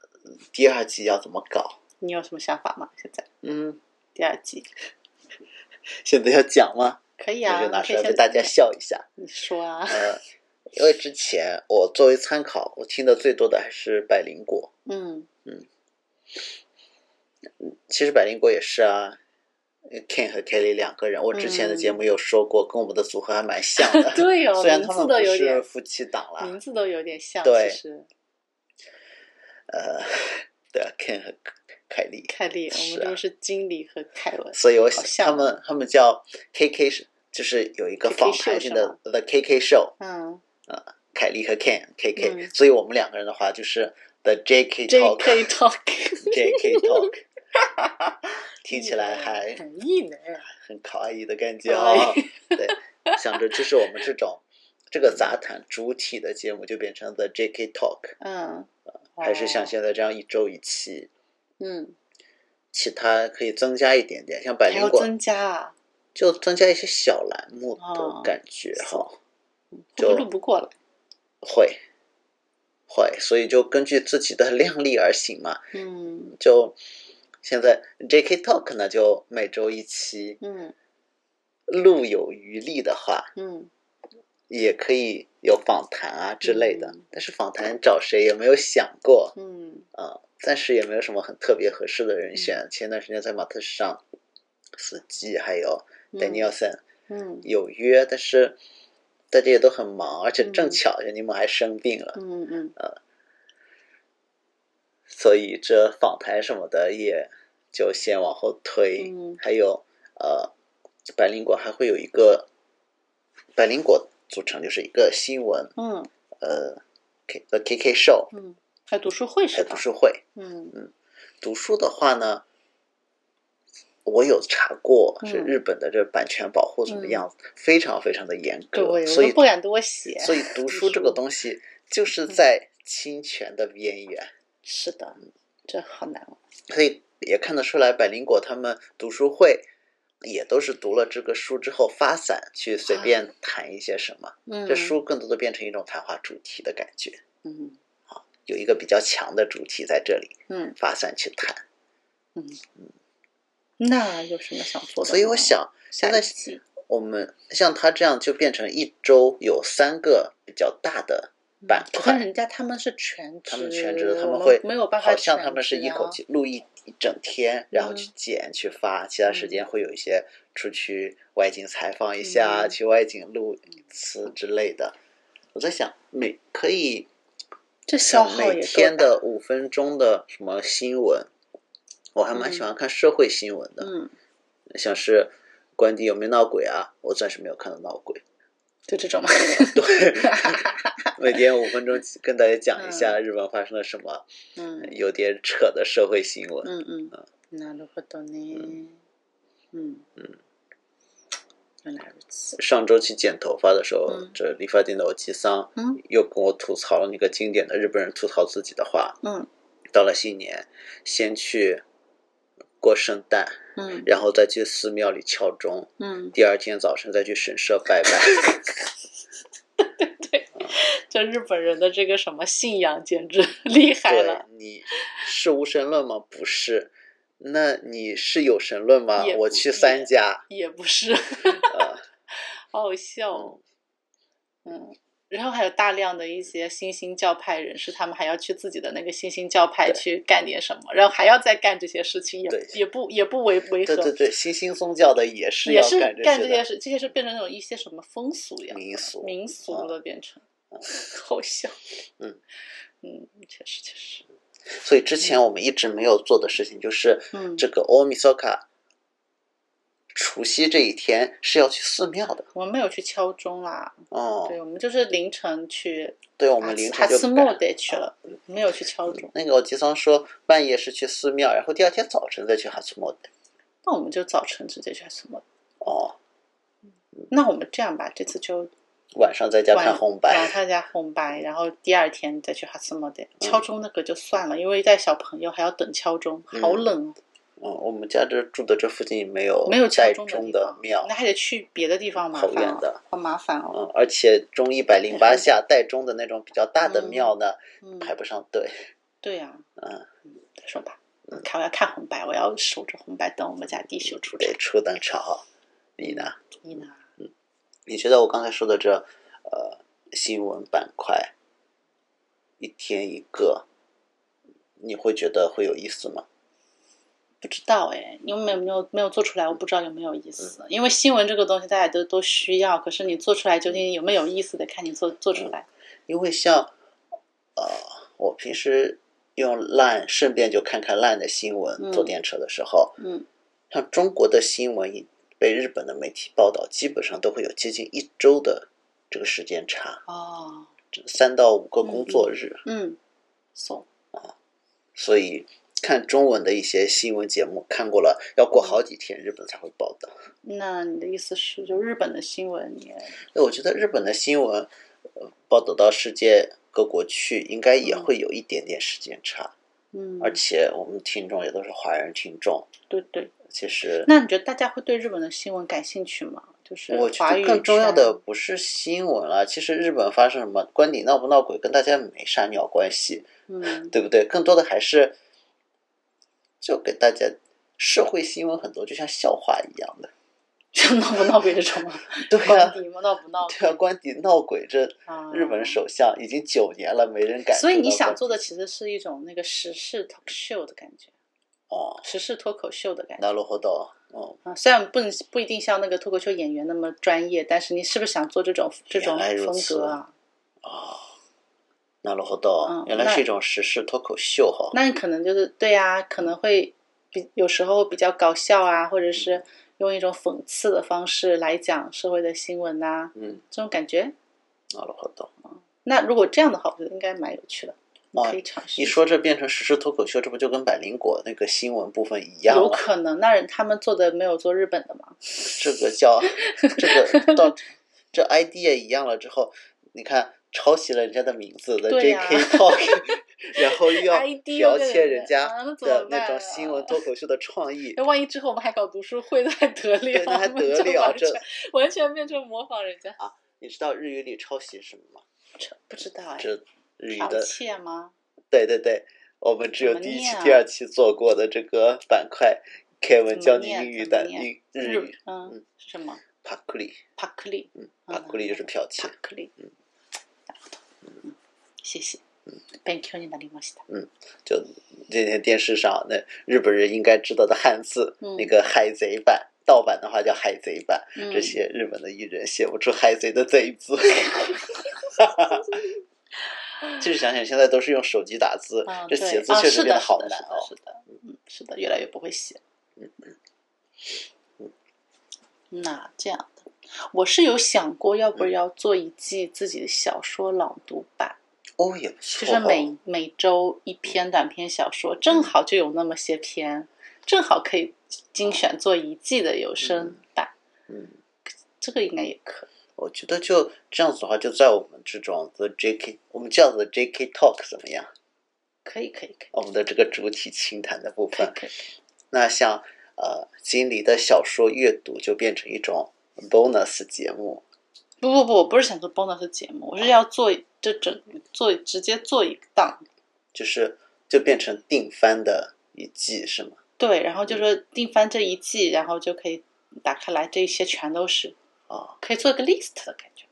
S1: 呃第二季要怎么搞？
S2: 你有什么想法吗？现在
S1: 嗯，
S2: 第二季
S1: 现在要讲吗？
S2: 可以
S1: 那
S2: 啊，
S1: 就拿
S2: 你
S1: 出
S2: 可以
S1: 来
S2: 先
S1: 给大家笑一下。
S2: 你说啊，
S1: 呃，因为之前我作为参考，我听的最多的还是百灵果。
S2: 嗯
S1: 其实百灵果也是啊呃，Ken 和 Kelly 两个人，我之前的节目有说过，跟我们的组合还蛮像的。
S2: 嗯 对哦，
S1: 虽然
S2: 名
S1: 他
S2: 字
S1: 们
S2: 都
S1: 不
S2: 有
S1: 是
S2: 点，
S1: 夫妻档啦，
S2: 名字都有点像，
S1: 对
S2: 其实。
S1: 呃，对啊，Ken 和凯莉。
S2: 凯莉，我
S1: 是
S2: 们
S1: 啊
S2: 都是经理和凯文。
S1: 所以我
S2: 好
S1: 想
S2: 像
S1: 他们他们叫 KK，是就是有一个
S2: KK
S1: 访谈性
S2: show
S1: 的 The KK Show，
S2: 嗯
S1: 凯莉和 Ken KK，、
S2: 嗯
S1: 所以我们两个人的话就是 The JK
S2: J.K.
S1: Talk，JK
S2: Talk，
S1: Talk，听起
S2: 嗯
S1: 来还
S2: 很异啊呢。
S1: 很可爱的感觉啊、对，想着这是我们这种这个杂谈主体的节目，就变成 The JK Talk，
S2: 嗯，
S1: 还是像
S2: 哦
S1: 现在这样一周一期，
S2: 嗯，
S1: 其他可以增加一点点，像百
S2: 还
S1: 灵
S2: 要
S1: 果
S2: 增加啊，
S1: 就增加一些小栏目
S2: 哦
S1: 的感觉哈、
S2: 会不会
S1: 就
S2: 录不过了。
S1: 会会，所以就根据自己的 量力而行嘛。
S2: 嗯
S1: 就现在 JK Talk 呢，就每周一期，
S2: 嗯
S1: 路有余力的话，
S2: 嗯，
S1: 也可以有访谈啊之类的。
S2: 嗯
S1: 但是访谈找谁也没有想过
S2: 嗯
S1: 啊、暂时也没有什么很特别合适的人选。前段时间在马特上，司机还有
S2: 嗯
S1: Danielson
S2: 嗯
S1: 有约，但是大家也都很忙，而且正
S2: 嗯
S1: 巧就你们还生病了。
S2: 嗯嗯，
S1: 所以这访谈什么的也就先往后推。
S2: 嗯
S1: 还有呃，百灵果还会有一个百灵果组成，就是一个新闻
S2: 嗯
S1: 呃 K 呃 KK show
S2: 嗯，还有读书会
S1: 还
S2: 是
S1: 有
S2: 吧
S1: 读？书会。
S2: 嗯
S1: 读书的话呢，我有查过，是
S2: 嗯
S1: 日本的这版权保护怎么样，非常非常的严
S2: 对，
S1: 格，
S2: 我
S1: 所以
S2: 都不敢多写。嗯
S1: 所以读书这个东西就是在侵权的边缘。
S2: 是的，这好难哦。
S1: 所以也看得出来，百灵果他们读书会也都是读了这个书之后发散去随便谈一些什么。
S2: 嗯，
S1: 这书更多的变成一种谈话主题的感觉，
S2: 嗯
S1: 有一个比较强的主题在这里
S2: 嗯，
S1: 发散去谈。
S2: 那有什么想做的呢？
S1: 所以我想，
S2: 下
S1: 现在
S2: 一期
S1: 我们像他这样就变成一周有三个比较大的板
S2: 我看
S1: 块，
S2: 人家他们是全职，
S1: 他们全职的，他
S2: 我
S1: 们
S2: 们
S1: 会
S2: 没有办法
S1: 好
S2: 全职啊，嗯
S1: 像他们是一口气录一一整天，然后去剪去发，其他时间会有一些出去外景采访一下，
S2: 嗯
S1: 去外景录一次之类的。我在想，每可以
S2: 这消
S1: 像
S2: 耗
S1: 每
S2: 也够
S1: 天
S2: 大
S1: 的五分钟的什么新闻，我还蛮喜欢看社会新闻的，
S2: 嗯，
S1: 像是关帝有没有闹鬼啊？我暂时没有看到闹鬼。
S2: 就这种嘛。
S1: 对，每天五分钟跟大家讲一下日本发生了什么
S2: 嗯
S1: 有点扯的社会新闻。
S2: 嗯うん。なるほどね。嗯
S1: 嗯。
S2: 原来如此。
S1: 上周去剪头发的时候，
S2: 嗯
S1: 这理发店的欧吉桑
S2: 嗯
S1: 又跟我吐槽了那个经典的日本人吐槽自己的话：
S2: 嗯
S1: 到了新年，先去过圣诞，
S2: 嗯
S1: 然后再去寺庙里敲钟，
S2: 嗯，
S1: 第二天早晨再去神社拜 拜。
S2: 这日本人的这个什么信仰简直 厉害
S1: 对
S2: 了。
S1: 你是无神论吗？不是。那你是有神论吗
S2: 也？不
S1: 我去三家。
S2: 也不是，
S1: 呃
S2: 好好笑哦。嗯，然后还有大量的一些新兴教派人士，他们还要去自己的那个新兴教派
S1: 对
S2: 去干点什么，然后还要再干这些事情，也
S1: 对
S2: 也不也不违违和，
S1: 对对对，新兴宗教的也是
S2: 也
S1: 要
S2: 是
S1: 这
S2: 干
S1: 些的
S2: 这些事，这些是变成那种一些什么风俗一样的
S1: 民俗
S2: 民俗了，变成、 好笑。
S1: 啊嗯
S2: 嗯，确实确实，
S1: 所以之前我们一直没有做的事情就是，
S2: 嗯
S1: 这个欧米索卡除夕这一天是要去寺庙的。
S2: 我们没有去敲钟啦，
S1: 哦，
S2: 对，我们就是凌晨去
S1: 对，我
S2: 阿
S1: 们
S2: 斯
S1: 凌
S2: 阿
S1: 晨就啊
S2: 斯莫
S1: 赶。
S2: 得去了，没有去敲钟。
S1: 那个我吉桑说半夜是去寺庙，然后第二天早晨再去哈斯莫的。
S2: 那我们就早晨直接去阿斯莫。
S1: 哦，
S2: 那我们这样吧，这次就
S1: 晚上在家嗯
S2: 晚
S1: 看红
S2: 晚
S1: 白。
S2: 上加红白，然后第二天再去哈斯莫
S1: 嗯
S2: 德敲钟那个就算了，因为带小朋友还要等敲钟，好
S1: 嗯
S2: 冷哦。
S1: 嗯，我们家这住的这附近没有
S2: 没有敲
S1: 带
S2: 钟的
S1: 钟
S2: 地
S1: 的
S2: 方，
S1: 庙
S2: 哦那。还得去别的地方麻
S1: 好
S2: 烦
S1: 远
S2: 哦
S1: 的，
S2: 好麻烦
S1: 嗯
S2: 哦。，
S1: 而且钟一百零八下带钟的那种比较大的
S2: 嗯
S1: 庙呢，
S2: 嗯，
S1: 排不上队。
S2: 对呀、
S1: 嗯，
S2: 再说吧。看我要看红白，我要守着红白等我们家弟兄出场
S1: 得。初等场。你呢？
S2: 你呢？
S1: 你觉得我刚才说的这呃新闻板块，一天一个，你会觉得会有意思吗？
S2: 不知道哎，因为没有没有没有做出来，我不知道有没有意思。
S1: 嗯
S2: 因为新闻这个东西大家都都需要，可是你做出来究竟有没有意思，得看你做做出来。
S1: 因为像呃，我平时用 Line 顺便就看看 Line 的新闻，
S2: 嗯
S1: 坐电车的时候，
S2: 嗯
S1: 像中国的新闻被日本的媒体报道，基本上都会有接近一周的这个时间差，
S2: 哦，
S1: 三到五个工作日。
S2: 嗯，so，
S1: 所以看中文的一些新闻节目，看过了要过好几天日本才会报道。
S2: 那你的意思是，就日本的新闻也，
S1: 那我觉得日本的新闻、呃报道到世界各国去，应该也会有一点点时间差，
S2: 嗯，
S1: 而且我们听众也都是华人听众，
S2: 对对。
S1: 其实。
S2: 那你觉得大家会对日本的新闻感兴趣吗？就是
S1: 我觉
S2: 华
S1: 得
S2: 语
S1: 更重要的
S2: 圈，
S1: 不是新闻了，其实日本发生什么官邸闹不闹鬼跟大家没啥鸟关系，
S2: 嗯，
S1: 对不对？更多的还是就给大家社会新闻很多，就像笑话一样的。
S2: 就闹不闹鬼这种吗？
S1: 对
S2: 官
S1: 啊，
S2: 邸吗？闹不闹鬼？
S1: 对啊，官邸闹鬼这
S2: 啊
S1: 日本首相已经九年了，没人敢知道官。
S2: 所以你想做的其实是一种那个时事 talk show 的感觉，
S1: 哦，
S2: 时事脱口秀的感觉。
S1: 那罗后道，嗯，
S2: 啊，虽然不能不一定像那个脱口秀演员那么专业，但是你是不是想做这种这种
S1: 原来如
S2: 风
S1: 此
S2: 格啊？
S1: 那罗后道
S2: 嗯
S1: 原来是一种时事脱口秀哈。
S2: 那你可能就是对啊，可能会比有时候比较搞笑啊，或者
S1: 嗯
S2: 是用一种讽刺的方式来讲社会的新闻呐、
S1: 嗯，
S2: 这种感觉。
S1: 那罗后道，
S2: 那如果这样的话，我觉得应该蛮有趣的，你
S1: 哦
S2: 可以尝试。
S1: 一说这变成时事脱口秀，这不就跟百灵果那个新闻部分一样
S2: 有
S1: 了？
S2: 可能，那人他们做的没有做日本的嘛？
S1: 这个 叫这个到这 idea 一样了之后，你看抄袭了人家的名字的
S2: 对呀
S1: JK Talk，、然 后又要
S2: ID
S1: 剽
S2: 又
S1: 窃
S2: 给人
S1: 人
S2: 家
S1: 家
S2: 啊那怎么
S1: 的
S2: 办
S1: 那种
S2: 啊
S1: 新闻脱口秀的创意
S2: 那，万一之后我们还搞读书会，那还得了？
S1: 对，那还
S2: 我们
S1: 得
S2: 就
S1: 了？
S2: 完
S1: 这啊
S2: 全完全变成模仿人家，
S1: 你知道日语里抄袭是什么吗？
S2: 这不知道哎，
S1: 这日语
S2: 剽
S1: 的，
S2: 窃吗？
S1: 对对对，我们只有
S2: 怎么
S1: 第一期
S2: 念、啊
S1: 第二期做过的这个板块，Kevin
S2: 怎么
S1: 教你
S2: 念
S1: 英语
S2: 怎么
S1: 的
S2: 念
S1: 英
S2: 日
S1: 日语，
S2: 嗯
S1: 嗯
S2: 是什么？
S1: 帕库里，
S2: 帕克利，
S1: 嗯，
S2: 嗯
S1: 帕库里就是剽窃
S2: 帕。克利，嗯，谢谢。
S1: 嗯
S2: 勉強になりました。
S1: 就这天电视上那日本人应该知道的汉字，
S2: 嗯
S1: 那个海贼版盗版的话叫海贼版，
S2: 嗯
S1: 这些日本的艺人写不出海贼的贼 字。就是想想现在都是用手机打字，
S2: 啊，
S1: 这
S2: 对，
S1: 写字
S2: 啊
S1: 确
S2: 是
S1: 实变
S2: 的，
S1: 得
S2: 是
S1: 好
S2: 的
S1: 难哦。
S2: 是的，是的嗯，是的，越来越不会写。
S1: 嗯
S2: 嗯嗯。那这样的，我是有想过，要
S1: 嗯
S2: 不要做一季自己的小说朗读版，
S1: 哦，也不错
S2: 就
S1: 嗯
S2: 是
S1: 哦。
S2: 每每周一篇短篇小说，正好就有那么些篇，正好可以精选做一季的有声版，
S1: 哦嗯，
S2: 这个应该也可以。
S1: 我觉得就这样子的话，就在我们这种的 JK，我们这样子的 JK Talk 怎么样？
S2: 可以可以可以
S1: 我们的这个主体清谈的部
S2: 可以
S1: 分，
S2: 可以，
S1: 那像呃金离的小说阅读就变成一种 bonus 节目，
S2: 不不不，我不是想做 bonus 节目，我是要做这整做直接做一档，
S1: 就是就变成定番的一季是吗？
S2: 对，然后
S1: 嗯
S2: 就说定番这一季，然后就可以打开来，这些全都是
S1: 啊、
S2: 可以做一个 list 的感觉，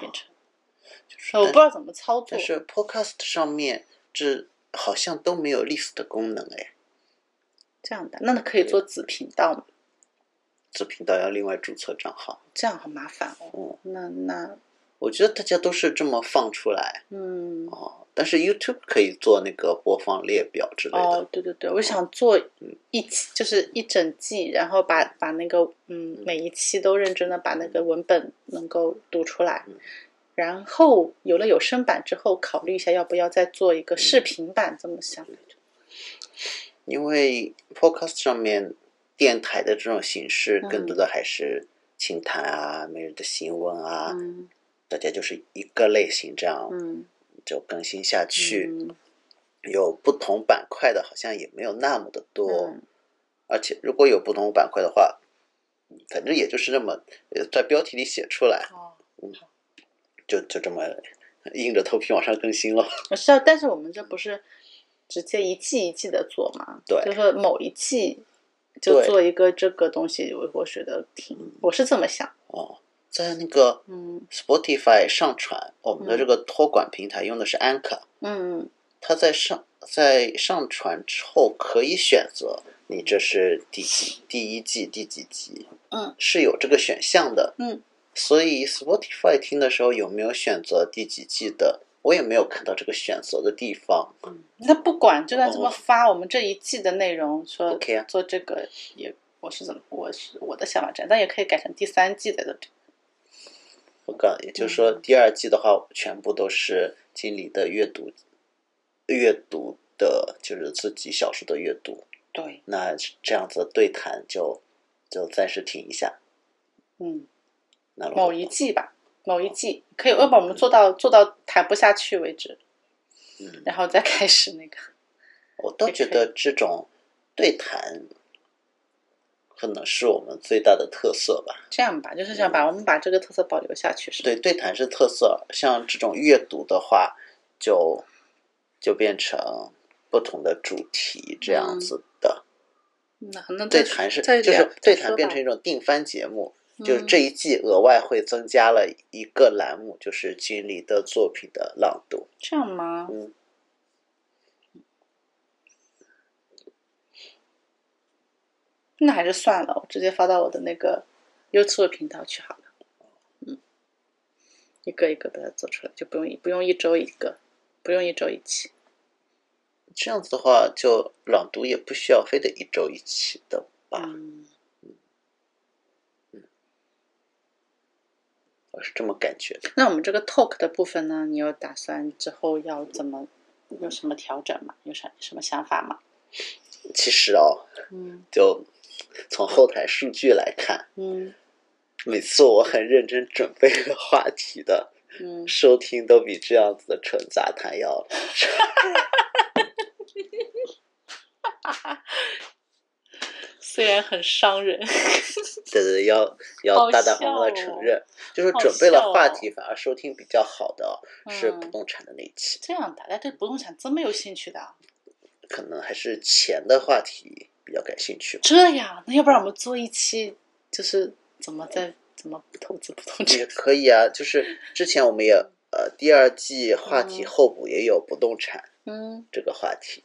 S2: 变成。
S1: 哦
S2: 呃
S1: 就是
S2: 我不知道怎么操作
S1: 但，是 podcast 上面这好像都没有 list 的功能哎，
S2: 这样的，那可以做子频道嘛？
S1: 这频道要另外注册账号。
S2: 这样很麻烦哦。
S1: 嗯，
S2: 那那
S1: 我觉得大家都是这么放出来
S2: 嗯
S1: 哦，但是 YouTube 可以做那个播放列表之类的。
S2: 哦，对对对，我想做一期，就是一整季，然后把把那个嗯每一期都认真的把那个文本能够读出来，然后有了有声版之后，考虑一下要不要再做一个视频版，这么想来着。
S1: 因为 podcast 上面电台的这种形式，
S2: 嗯
S1: 更多的还是清谈啊、每日的新闻啊，
S2: 嗯
S1: 大家就是一个类型这样
S2: 嗯，
S1: 就更新下去。
S2: 嗯
S1: 有不同板块的，好像也没有那么的多。
S2: 嗯
S1: 而且如果有不同板块的话，反正也就是这么呃在标题里写出来，
S2: 哦，
S1: 就就这么硬着头皮往上更新了。
S2: 我知道，但是我们这不是直接一季一季的做嘛？
S1: 对
S2: 就是说某一季就
S1: 对
S2: 做一个这个东西，我我觉得挺，我是这么想，
S1: 哦，在那个
S2: 嗯
S1: Spotify 上传哦我们的这个托管平台用的是 Anchor。
S2: 嗯
S1: 它在上在上传之后可以选择你这是第几第一季第几集，
S2: 嗯，
S1: 是有这个选项的，
S2: 嗯。
S1: 所以 Spotify 听的时候有没有选择第几季的，我也没有看到这个选择的地方。
S2: 嗯，那不管就算这么
S1: 哦
S2: 发，我们这一季的内容说
S1: OK 啊
S2: 做这个也，我是怎么我是我的想法这样，但也可以改成第三季的这种
S1: 我告，也就是
S2: 嗯
S1: 说第二季的话，全部都是经理的阅读阅读的就是自己小说的阅读。
S2: 对，
S1: 那这样子的对谈就就暂时停一下。
S2: 嗯，
S1: 那
S2: 某一季吧，某一季可以，要把我们做到做到谈不下去为止，
S1: 嗯，
S2: 然后再开始那个。
S1: 我倒觉得这种对谈可能是我们最大的特色吧。
S2: 这样吧，就是想把我们把这个特色保留下去，是吧？
S1: 对，对谈是特色，像这种阅读的话，就就变成不同的主题这样子的。
S2: 那那
S1: 对
S2: 嗯再
S1: 谈是
S2: 再
S1: 就是
S2: 聊
S1: 对
S2: 再
S1: 谈
S2: 说
S1: 变
S2: 吧
S1: 成一种定番节目，就是
S2: 嗯
S1: 这一季额外会增加了一个栏目，就是君离的作品的朗读。
S2: 这样吗？
S1: 嗯
S2: 那还是算了，我直接发到我的那个 YouTube 频道去好了。嗯，一个一个把它做出来，就不用一不用一周一个，不用一周一期。
S1: 这样子的话，就朗读也不需要非得一周一期的吧？
S2: 嗯，
S1: 我是这么感觉的。
S2: 那我们这个 talk 的部分呢，你有打算之后要怎么有什么调整吗？有啥什么想法吗？
S1: 其实哦，
S2: 嗯
S1: 就从后台数据来看，
S2: 嗯
S1: 每次我很认真准备的话题的
S2: 嗯，
S1: 收听，都比这样子的纯杂谈要
S2: 虽然很伤人，
S1: 对对，对呃要要
S2: 好
S1: 大大方方的
S2: 笑
S1: 承
S2: 哦
S1: 认，就是
S2: 好
S1: 准备了
S2: 笑
S1: 话
S2: 哦
S1: 题，反而收听比较好的哦是不
S2: 嗯
S1: 动产的那一期，
S2: 这样的，大家对不动产这么有兴趣的啊、
S1: 可能还是钱的话题比较感兴趣吧。
S2: 这样，那要不然我们做一期，就是怎么在怎么不投资不动
S1: 也
S2: 产？
S1: 可以啊，就是之前我们也呃第二季话题
S2: 嗯
S1: 候补也有不动产
S2: 嗯，
S1: 这个话题，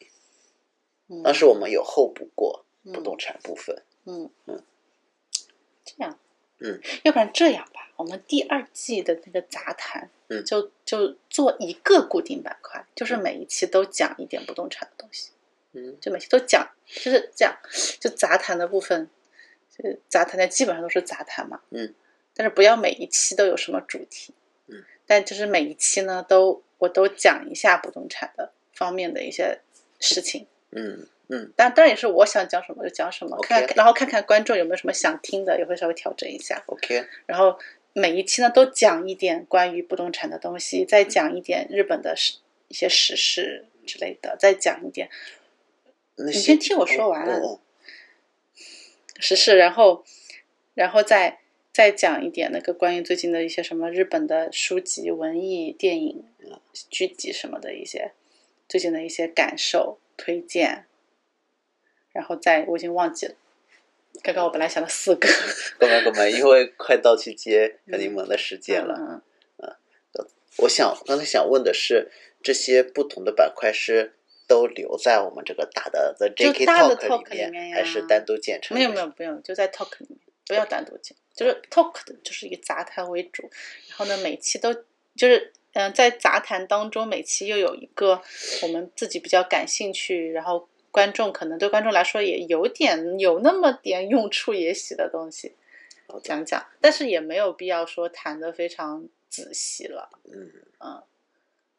S2: 嗯
S1: 当时我们有候补过
S2: 嗯
S1: 不动产部分，
S2: 嗯
S1: 嗯，
S2: 这样，
S1: 嗯，
S2: 要不然这样吧，我们第二季的那个杂谈，
S1: 嗯
S2: 就就做一个固定板块，就是每一期都讲一点不动产的东西，
S1: 嗯，
S2: 就每期都讲，就是讲就杂谈的部分，就是杂谈的基本上都是杂谈嘛，
S1: 嗯，
S2: 但是不要每一期都有什么主题，
S1: 嗯，
S2: 但就是每一期呢，都我都讲一下不动产的方面的一些事情。
S1: 嗯嗯，
S2: 但当然也是我想讲什么就讲什么
S1: OK
S2: 看看，然后看看观众有没有什么想听的，也会稍微调整一下。
S1: ，OK，
S2: 然后每一期呢都讲一点关于不动产的东西，再讲一点日本的时一些时事之类的，再讲一点
S1: 你
S2: 你先听我说完
S1: 哦
S2: 时事，然后然后再再讲一点那个关于最近的一些什么日本的书籍、文艺、电影、剧集什么的一些最近的一些感受、推荐，然后再我已经忘记了。刚刚我本来想了四个，
S1: 哥们儿哥们儿， 因为快到去接小柠檬的时间了，
S2: 了。
S1: 嗯我想刚才想问的是，这些不同的板块是都留在我们这个大的 The
S2: 就
S1: JK
S2: 大的
S1: Talk
S2: talk 里面呀
S1: 还是单独建成？
S2: 没有没有，不用，就在 talk 里面，不要单独讲，就是 talk 的就是以杂谈为主，然后呢，每期都就是嗯、呃在杂谈当中，每期又有一个我们自己比较感兴趣，然后观众可能对观众来说也有点有那么点用处也许的东西
S1: 好的
S2: 讲讲，但是也没有必要说谈的非常仔细了，
S1: 嗯，
S2: 嗯，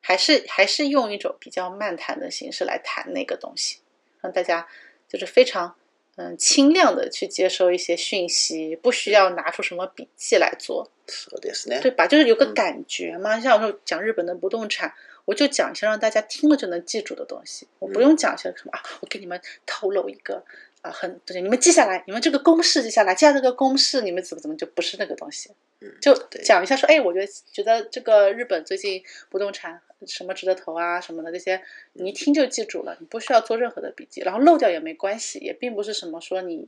S2: 还是还是用一种比较漫谈的形式来谈那个东西，让大家就是非常嗯轻量的去接收一些讯息，不需要拿出什么笔记来做，
S1: そうですね。
S2: 对吧？就是有个
S1: 嗯
S2: 感觉嘛。像我说讲日本的不动产，我就讲一些让大家听了就能记住的东西，我
S1: 嗯
S2: 不用讲一些什么啊，我给你们透露一个。啊，很对，你们记下来，你们这个公式记下来，记下这个公式，你们怎么怎么就不是那个东西，
S1: 嗯
S2: 就
S1: 对
S2: 讲一下说，哎，我觉得觉得这个日本最近不动产什么值得投啊什么的这些，
S1: 嗯
S2: 你一听就记住了，你不需要做任何的笔记，然后漏掉也没关系，也并不是什么说你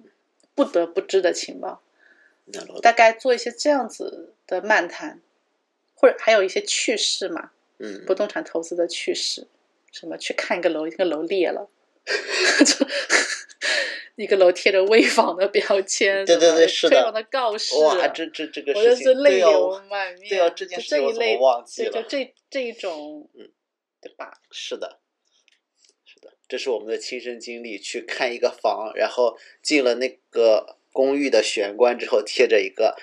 S2: 不得不知的情报，
S1: なるほ
S2: 大
S1: ど。
S2: 概做一些这样子的漫谈，或者还有一些趣事嘛，
S1: 嗯，
S2: 不动产投资的趣事，什么去看一个楼，一个楼裂了， 就一个楼贴着危房的标签，
S1: 对对对是的
S2: 危房的告示，
S1: 哇，这这这个
S2: 我就
S1: 事
S2: 是
S1: 情，
S2: 泪
S1: 对
S2: 流
S1: 哦，
S2: 满面。
S1: 对哦，这件
S2: 就
S1: 事情
S2: 一
S1: 我怎
S2: 类
S1: 么，忘记
S2: 对，就
S1: 了？
S2: 这这一种，
S1: 嗯，
S2: 对吧？
S1: 是的，是的，这是我们的亲身经历，去看一个房，然后进了那个公寓的玄关之后，贴着一个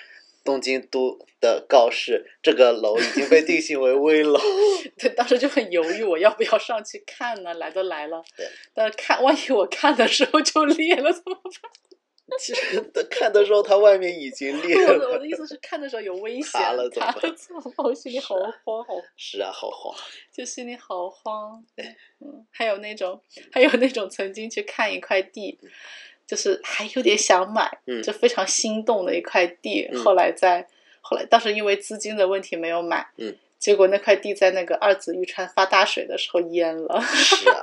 S1: 东京都的告示，这个楼已经被定性为危楼。
S2: 对，当时就很犹豫，我要不要上去看呢？来都来了，
S1: 对，
S2: 但是看万一我看的时候就裂了怎么办？
S1: 其实看的时候，它外面已经裂
S2: 我的我
S1: 了。
S2: 的意思是，看的时候有危险，
S1: 塌了怎么
S2: 塌
S1: 办
S2: 了怎么办？我心里好
S1: 是啊
S2: 慌，好
S1: 是啊，好慌。
S2: 就心里好 慌。嗯，还有那种，还有那种曾经去看一块地，就是还有点想买，
S1: 嗯
S2: 就非常心动的一块地，
S1: 嗯
S2: 后来在后来当时因为资金的问题没有买，
S1: 嗯。
S2: 结果那块地在那个二子玉川发大水的时候淹了，
S1: 是啊，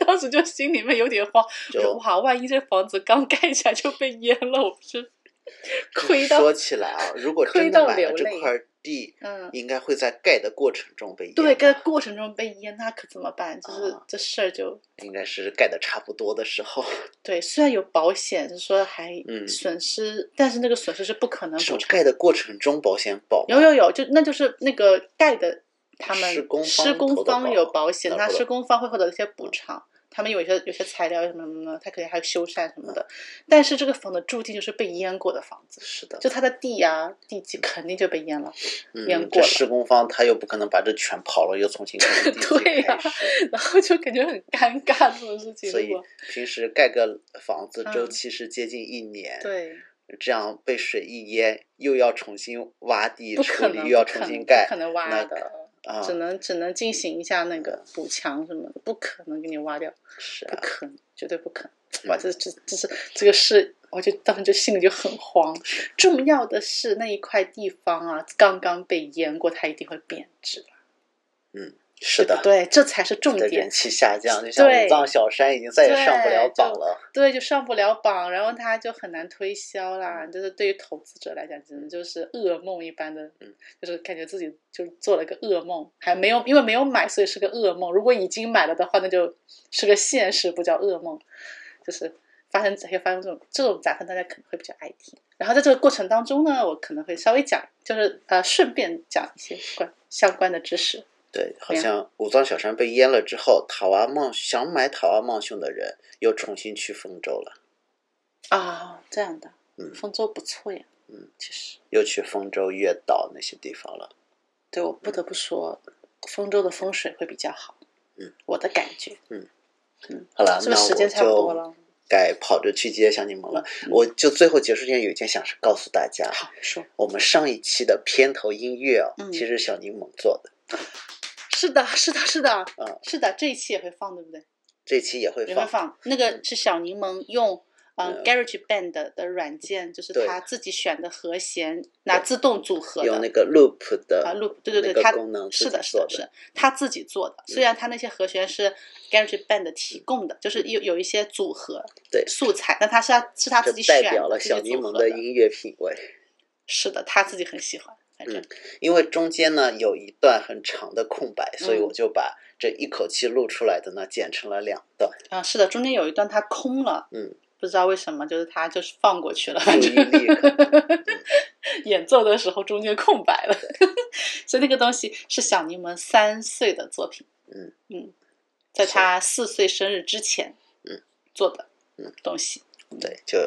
S2: 当时就心里面有点慌，我说
S1: 就
S2: 哇，万一这房子刚盖起来就被淹了，我不是 亏到
S1: 说起来啊，如果真
S2: 亏到
S1: 的买了
S2: 流
S1: 这
S2: 泪
S1: 块地，
S2: 嗯，
S1: 应该会在盖的过程中被淹
S2: 对，
S1: 了
S2: 在过程中被淹，那可怎么办？就是、
S1: 啊
S2: 这事儿就
S1: 应该是盖的差不多的时候，
S2: 对，虽然有保险，就是说还
S1: 嗯
S2: 损失，但是那个损失是不可能补
S1: 是
S2: 偿。
S1: 盖的过程中保险保
S2: 有有有，就那就是那个盖的他们
S1: 施工方
S2: 施工
S1: 投的
S2: 方
S1: 保
S2: 有保险，
S1: 那
S2: 那
S1: 不嗯
S2: 施
S1: 得
S2: 工方会获得一些补偿。他们有一些有些材料什么什么的，他肯定还有修缮什么的。但是这个房子注定就是被淹过的房子，
S1: 是的，
S2: 就它的地啊、地基肯定就被淹了。 淹
S1: 嗯，
S2: 过
S1: 这
S2: 了
S1: 施工方他又不可能把这全刨了，又重新开始 地基
S2: 对呀
S1: 开始
S2: 然后就感觉很尴尬这种事情。
S1: 所
S2: 如
S1: 以
S2: 果
S1: 平时盖个房子周
S2: 嗯
S1: 期是接近一年，
S2: 对，
S1: 这样被水一淹，又要重新挖地
S2: 不
S1: 处
S2: 可
S1: 理，
S2: 能，
S1: 又要
S2: 不
S1: 重
S2: 可能
S1: 新
S2: 不
S1: 盖
S2: 可能挖
S1: 那
S2: 的。
S1: 啊，
S2: 只能只能进行一下那个补强什么的，不可能给你挖掉，
S1: 是
S2: 不
S1: 啊，
S2: 可能，绝对不可能。
S1: 嗯
S2: 哇，这这这是这个事，我就当时就心里就很慌。重要的是那一块地方啊，刚刚被淹过，它一定会贬值，
S1: 是的，
S2: 对，这才是重
S1: 的
S2: 点
S1: 人。气下降，就像
S2: 对
S1: 武藏小山已经再也上不了
S2: 对
S1: 榜
S2: 就
S1: 了，
S2: 对，就上不了榜，然后它就很难推销
S1: 嗯
S2: 啦。就是对于投资者来讲，真的就是噩梦一般的
S1: 嗯，
S2: 就是感觉自己就做了个噩梦，还没有因为没有买，所以是个噩梦。如果已经买了的话，那就是个现实，不叫噩梦。就是发生这些发生这种这种杂谈，大家可能会比较爱听。然后在这个过程当中呢，我可能会稍微讲，就是呃，顺便讲一些关相关的知识。
S1: 对，好
S2: 对啊
S1: 像武藏小山被淹了之后，塔瓦望想买塔瓦望雄的人又重新去丰州了，
S2: 啊、这样的，
S1: 嗯
S2: 丰州不错呀，
S1: 嗯，
S2: 其实。
S1: 又去丰州、月岛那些地方了。
S2: 对我不得不说，丰州的风水会比较好。
S1: 嗯，
S2: 我的感觉
S1: 好了，
S2: 是不是时间差不多
S1: 那我
S2: 了
S1: 就？该跑着去接小柠檬了。
S2: 嗯
S1: 我就最后结束之前有一件想是告诉大家，
S2: 好说，
S1: 我们上一期的片头音乐啊，
S2: 嗯
S1: 其实是小柠檬做的，
S2: 是的，是的，是的，
S1: 嗯
S2: 是的，这一期也会放，对不对？
S1: 这期也会
S2: 也
S1: 放
S2: 会。放。那个是小柠檬用。嗯
S1: 嗯
S2: ，Garage Band 的的软件就是
S1: 对
S2: 他自己选的和弦，拿自动组合
S1: 有
S2: 的
S1: 那个 loop 的
S2: 啊，loop，对对
S1: 那
S2: 对，
S1: 个
S2: 他
S1: 功能
S2: 是
S1: 自己
S2: 的，是的，
S1: 做嗯
S2: 是的他自己做的。虽然他那些和弦是 Garage Band 提供的，就是有有一些组合
S1: 对
S2: 素材，但他是他是他
S1: 这
S2: 自己选
S1: 代
S2: 的，
S1: 表了
S2: 自己
S1: 小
S2: 组
S1: 柠檬的
S2: 合的
S1: 音乐品味。
S2: 是的，他自己很喜欢，反正、
S1: 嗯因为中间呢有一段很长的空白，所以
S2: 嗯
S1: 我就把这一口气录出来的呢剪成了两 段，
S2: 啊，是的，中间有一段他空了，
S1: 嗯，
S2: 不知道为什么，就是他就是放过去了，反
S1: 注
S2: 正
S1: 意力可能
S2: 演奏的时候中间空白了， 所以那个东西是小柠檬三岁的作品，
S1: 嗯
S2: 嗯，在他四岁生日之前，
S1: 嗯，
S2: 做的
S1: 嗯
S2: 东西。
S1: 对，就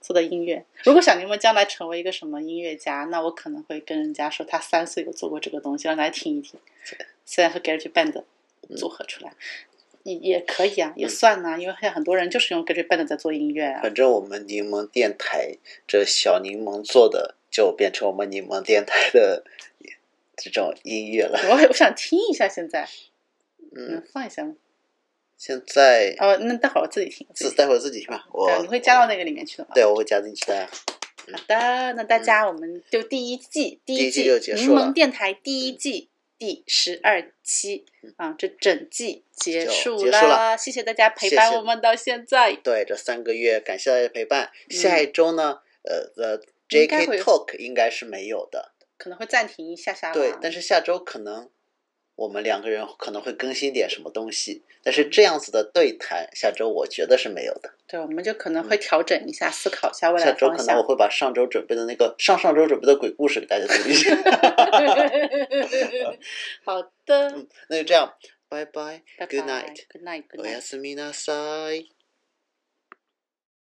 S2: 做的音乐，如果小柠檬将来成为一个什么音乐家，那我可能会跟人家说他三岁有做过这个东西，让大家听一听
S1: 是。
S2: 虽然和 Garage Band
S1: 嗯
S2: 组合出来，也也可以啊，也算呐、因为现在很多人就是用 Garage Band 在做音乐啊。
S1: 反正我们柠檬电台这小柠檬做的就变成我们柠檬电台的这种音乐了。
S2: 我我想听一下，现在能
S1: 嗯，
S2: 放一下吗？
S1: 现在
S2: 哦，那待会儿我自己听。我
S1: 自
S2: 己听
S1: 待会儿自己听吧，
S2: 对啊
S1: 我
S2: 你会加到那个里面去的吗？
S1: 对，我会加进去的。
S2: 好的，那大家我们就第一季，第
S1: 嗯第
S2: 一
S1: 一季
S2: 季
S1: 就结
S2: 柠
S1: 束了嗯
S2: 檬电台第一季第十二期啊，这整季结
S1: 就
S2: 束
S1: 结束了
S2: 谢谢大家陪
S1: 谢
S2: 伴
S1: 谢
S2: 我们到现在。
S1: 对，这三个月感谢大家的陪伴。
S2: 嗯
S1: 下一周呢，呃呃
S2: 应该
S1: ，JK
S2: 会啊
S1: Talk 应该是没有的。
S2: 可能会暂停一下下吧。
S1: 对，但是下周可能我们两个人可能会更新点什么东西，但是这样子的对谈，下周我觉得是没有的。
S2: 对，我们就可能会调整一下，思考一下未
S1: 嗯下
S2: 来
S1: 周可
S2: 方
S1: 能我
S2: 向。
S1: 会把上周准备的那个上上周准备的鬼故事给大家读一下。
S2: 好的，
S1: 那就这样，拜拜
S2: 拜拜
S1: 嗯，Good night，Oh,
S2: ，Good night，Good
S1: お
S2: night
S1: や。すみなさい。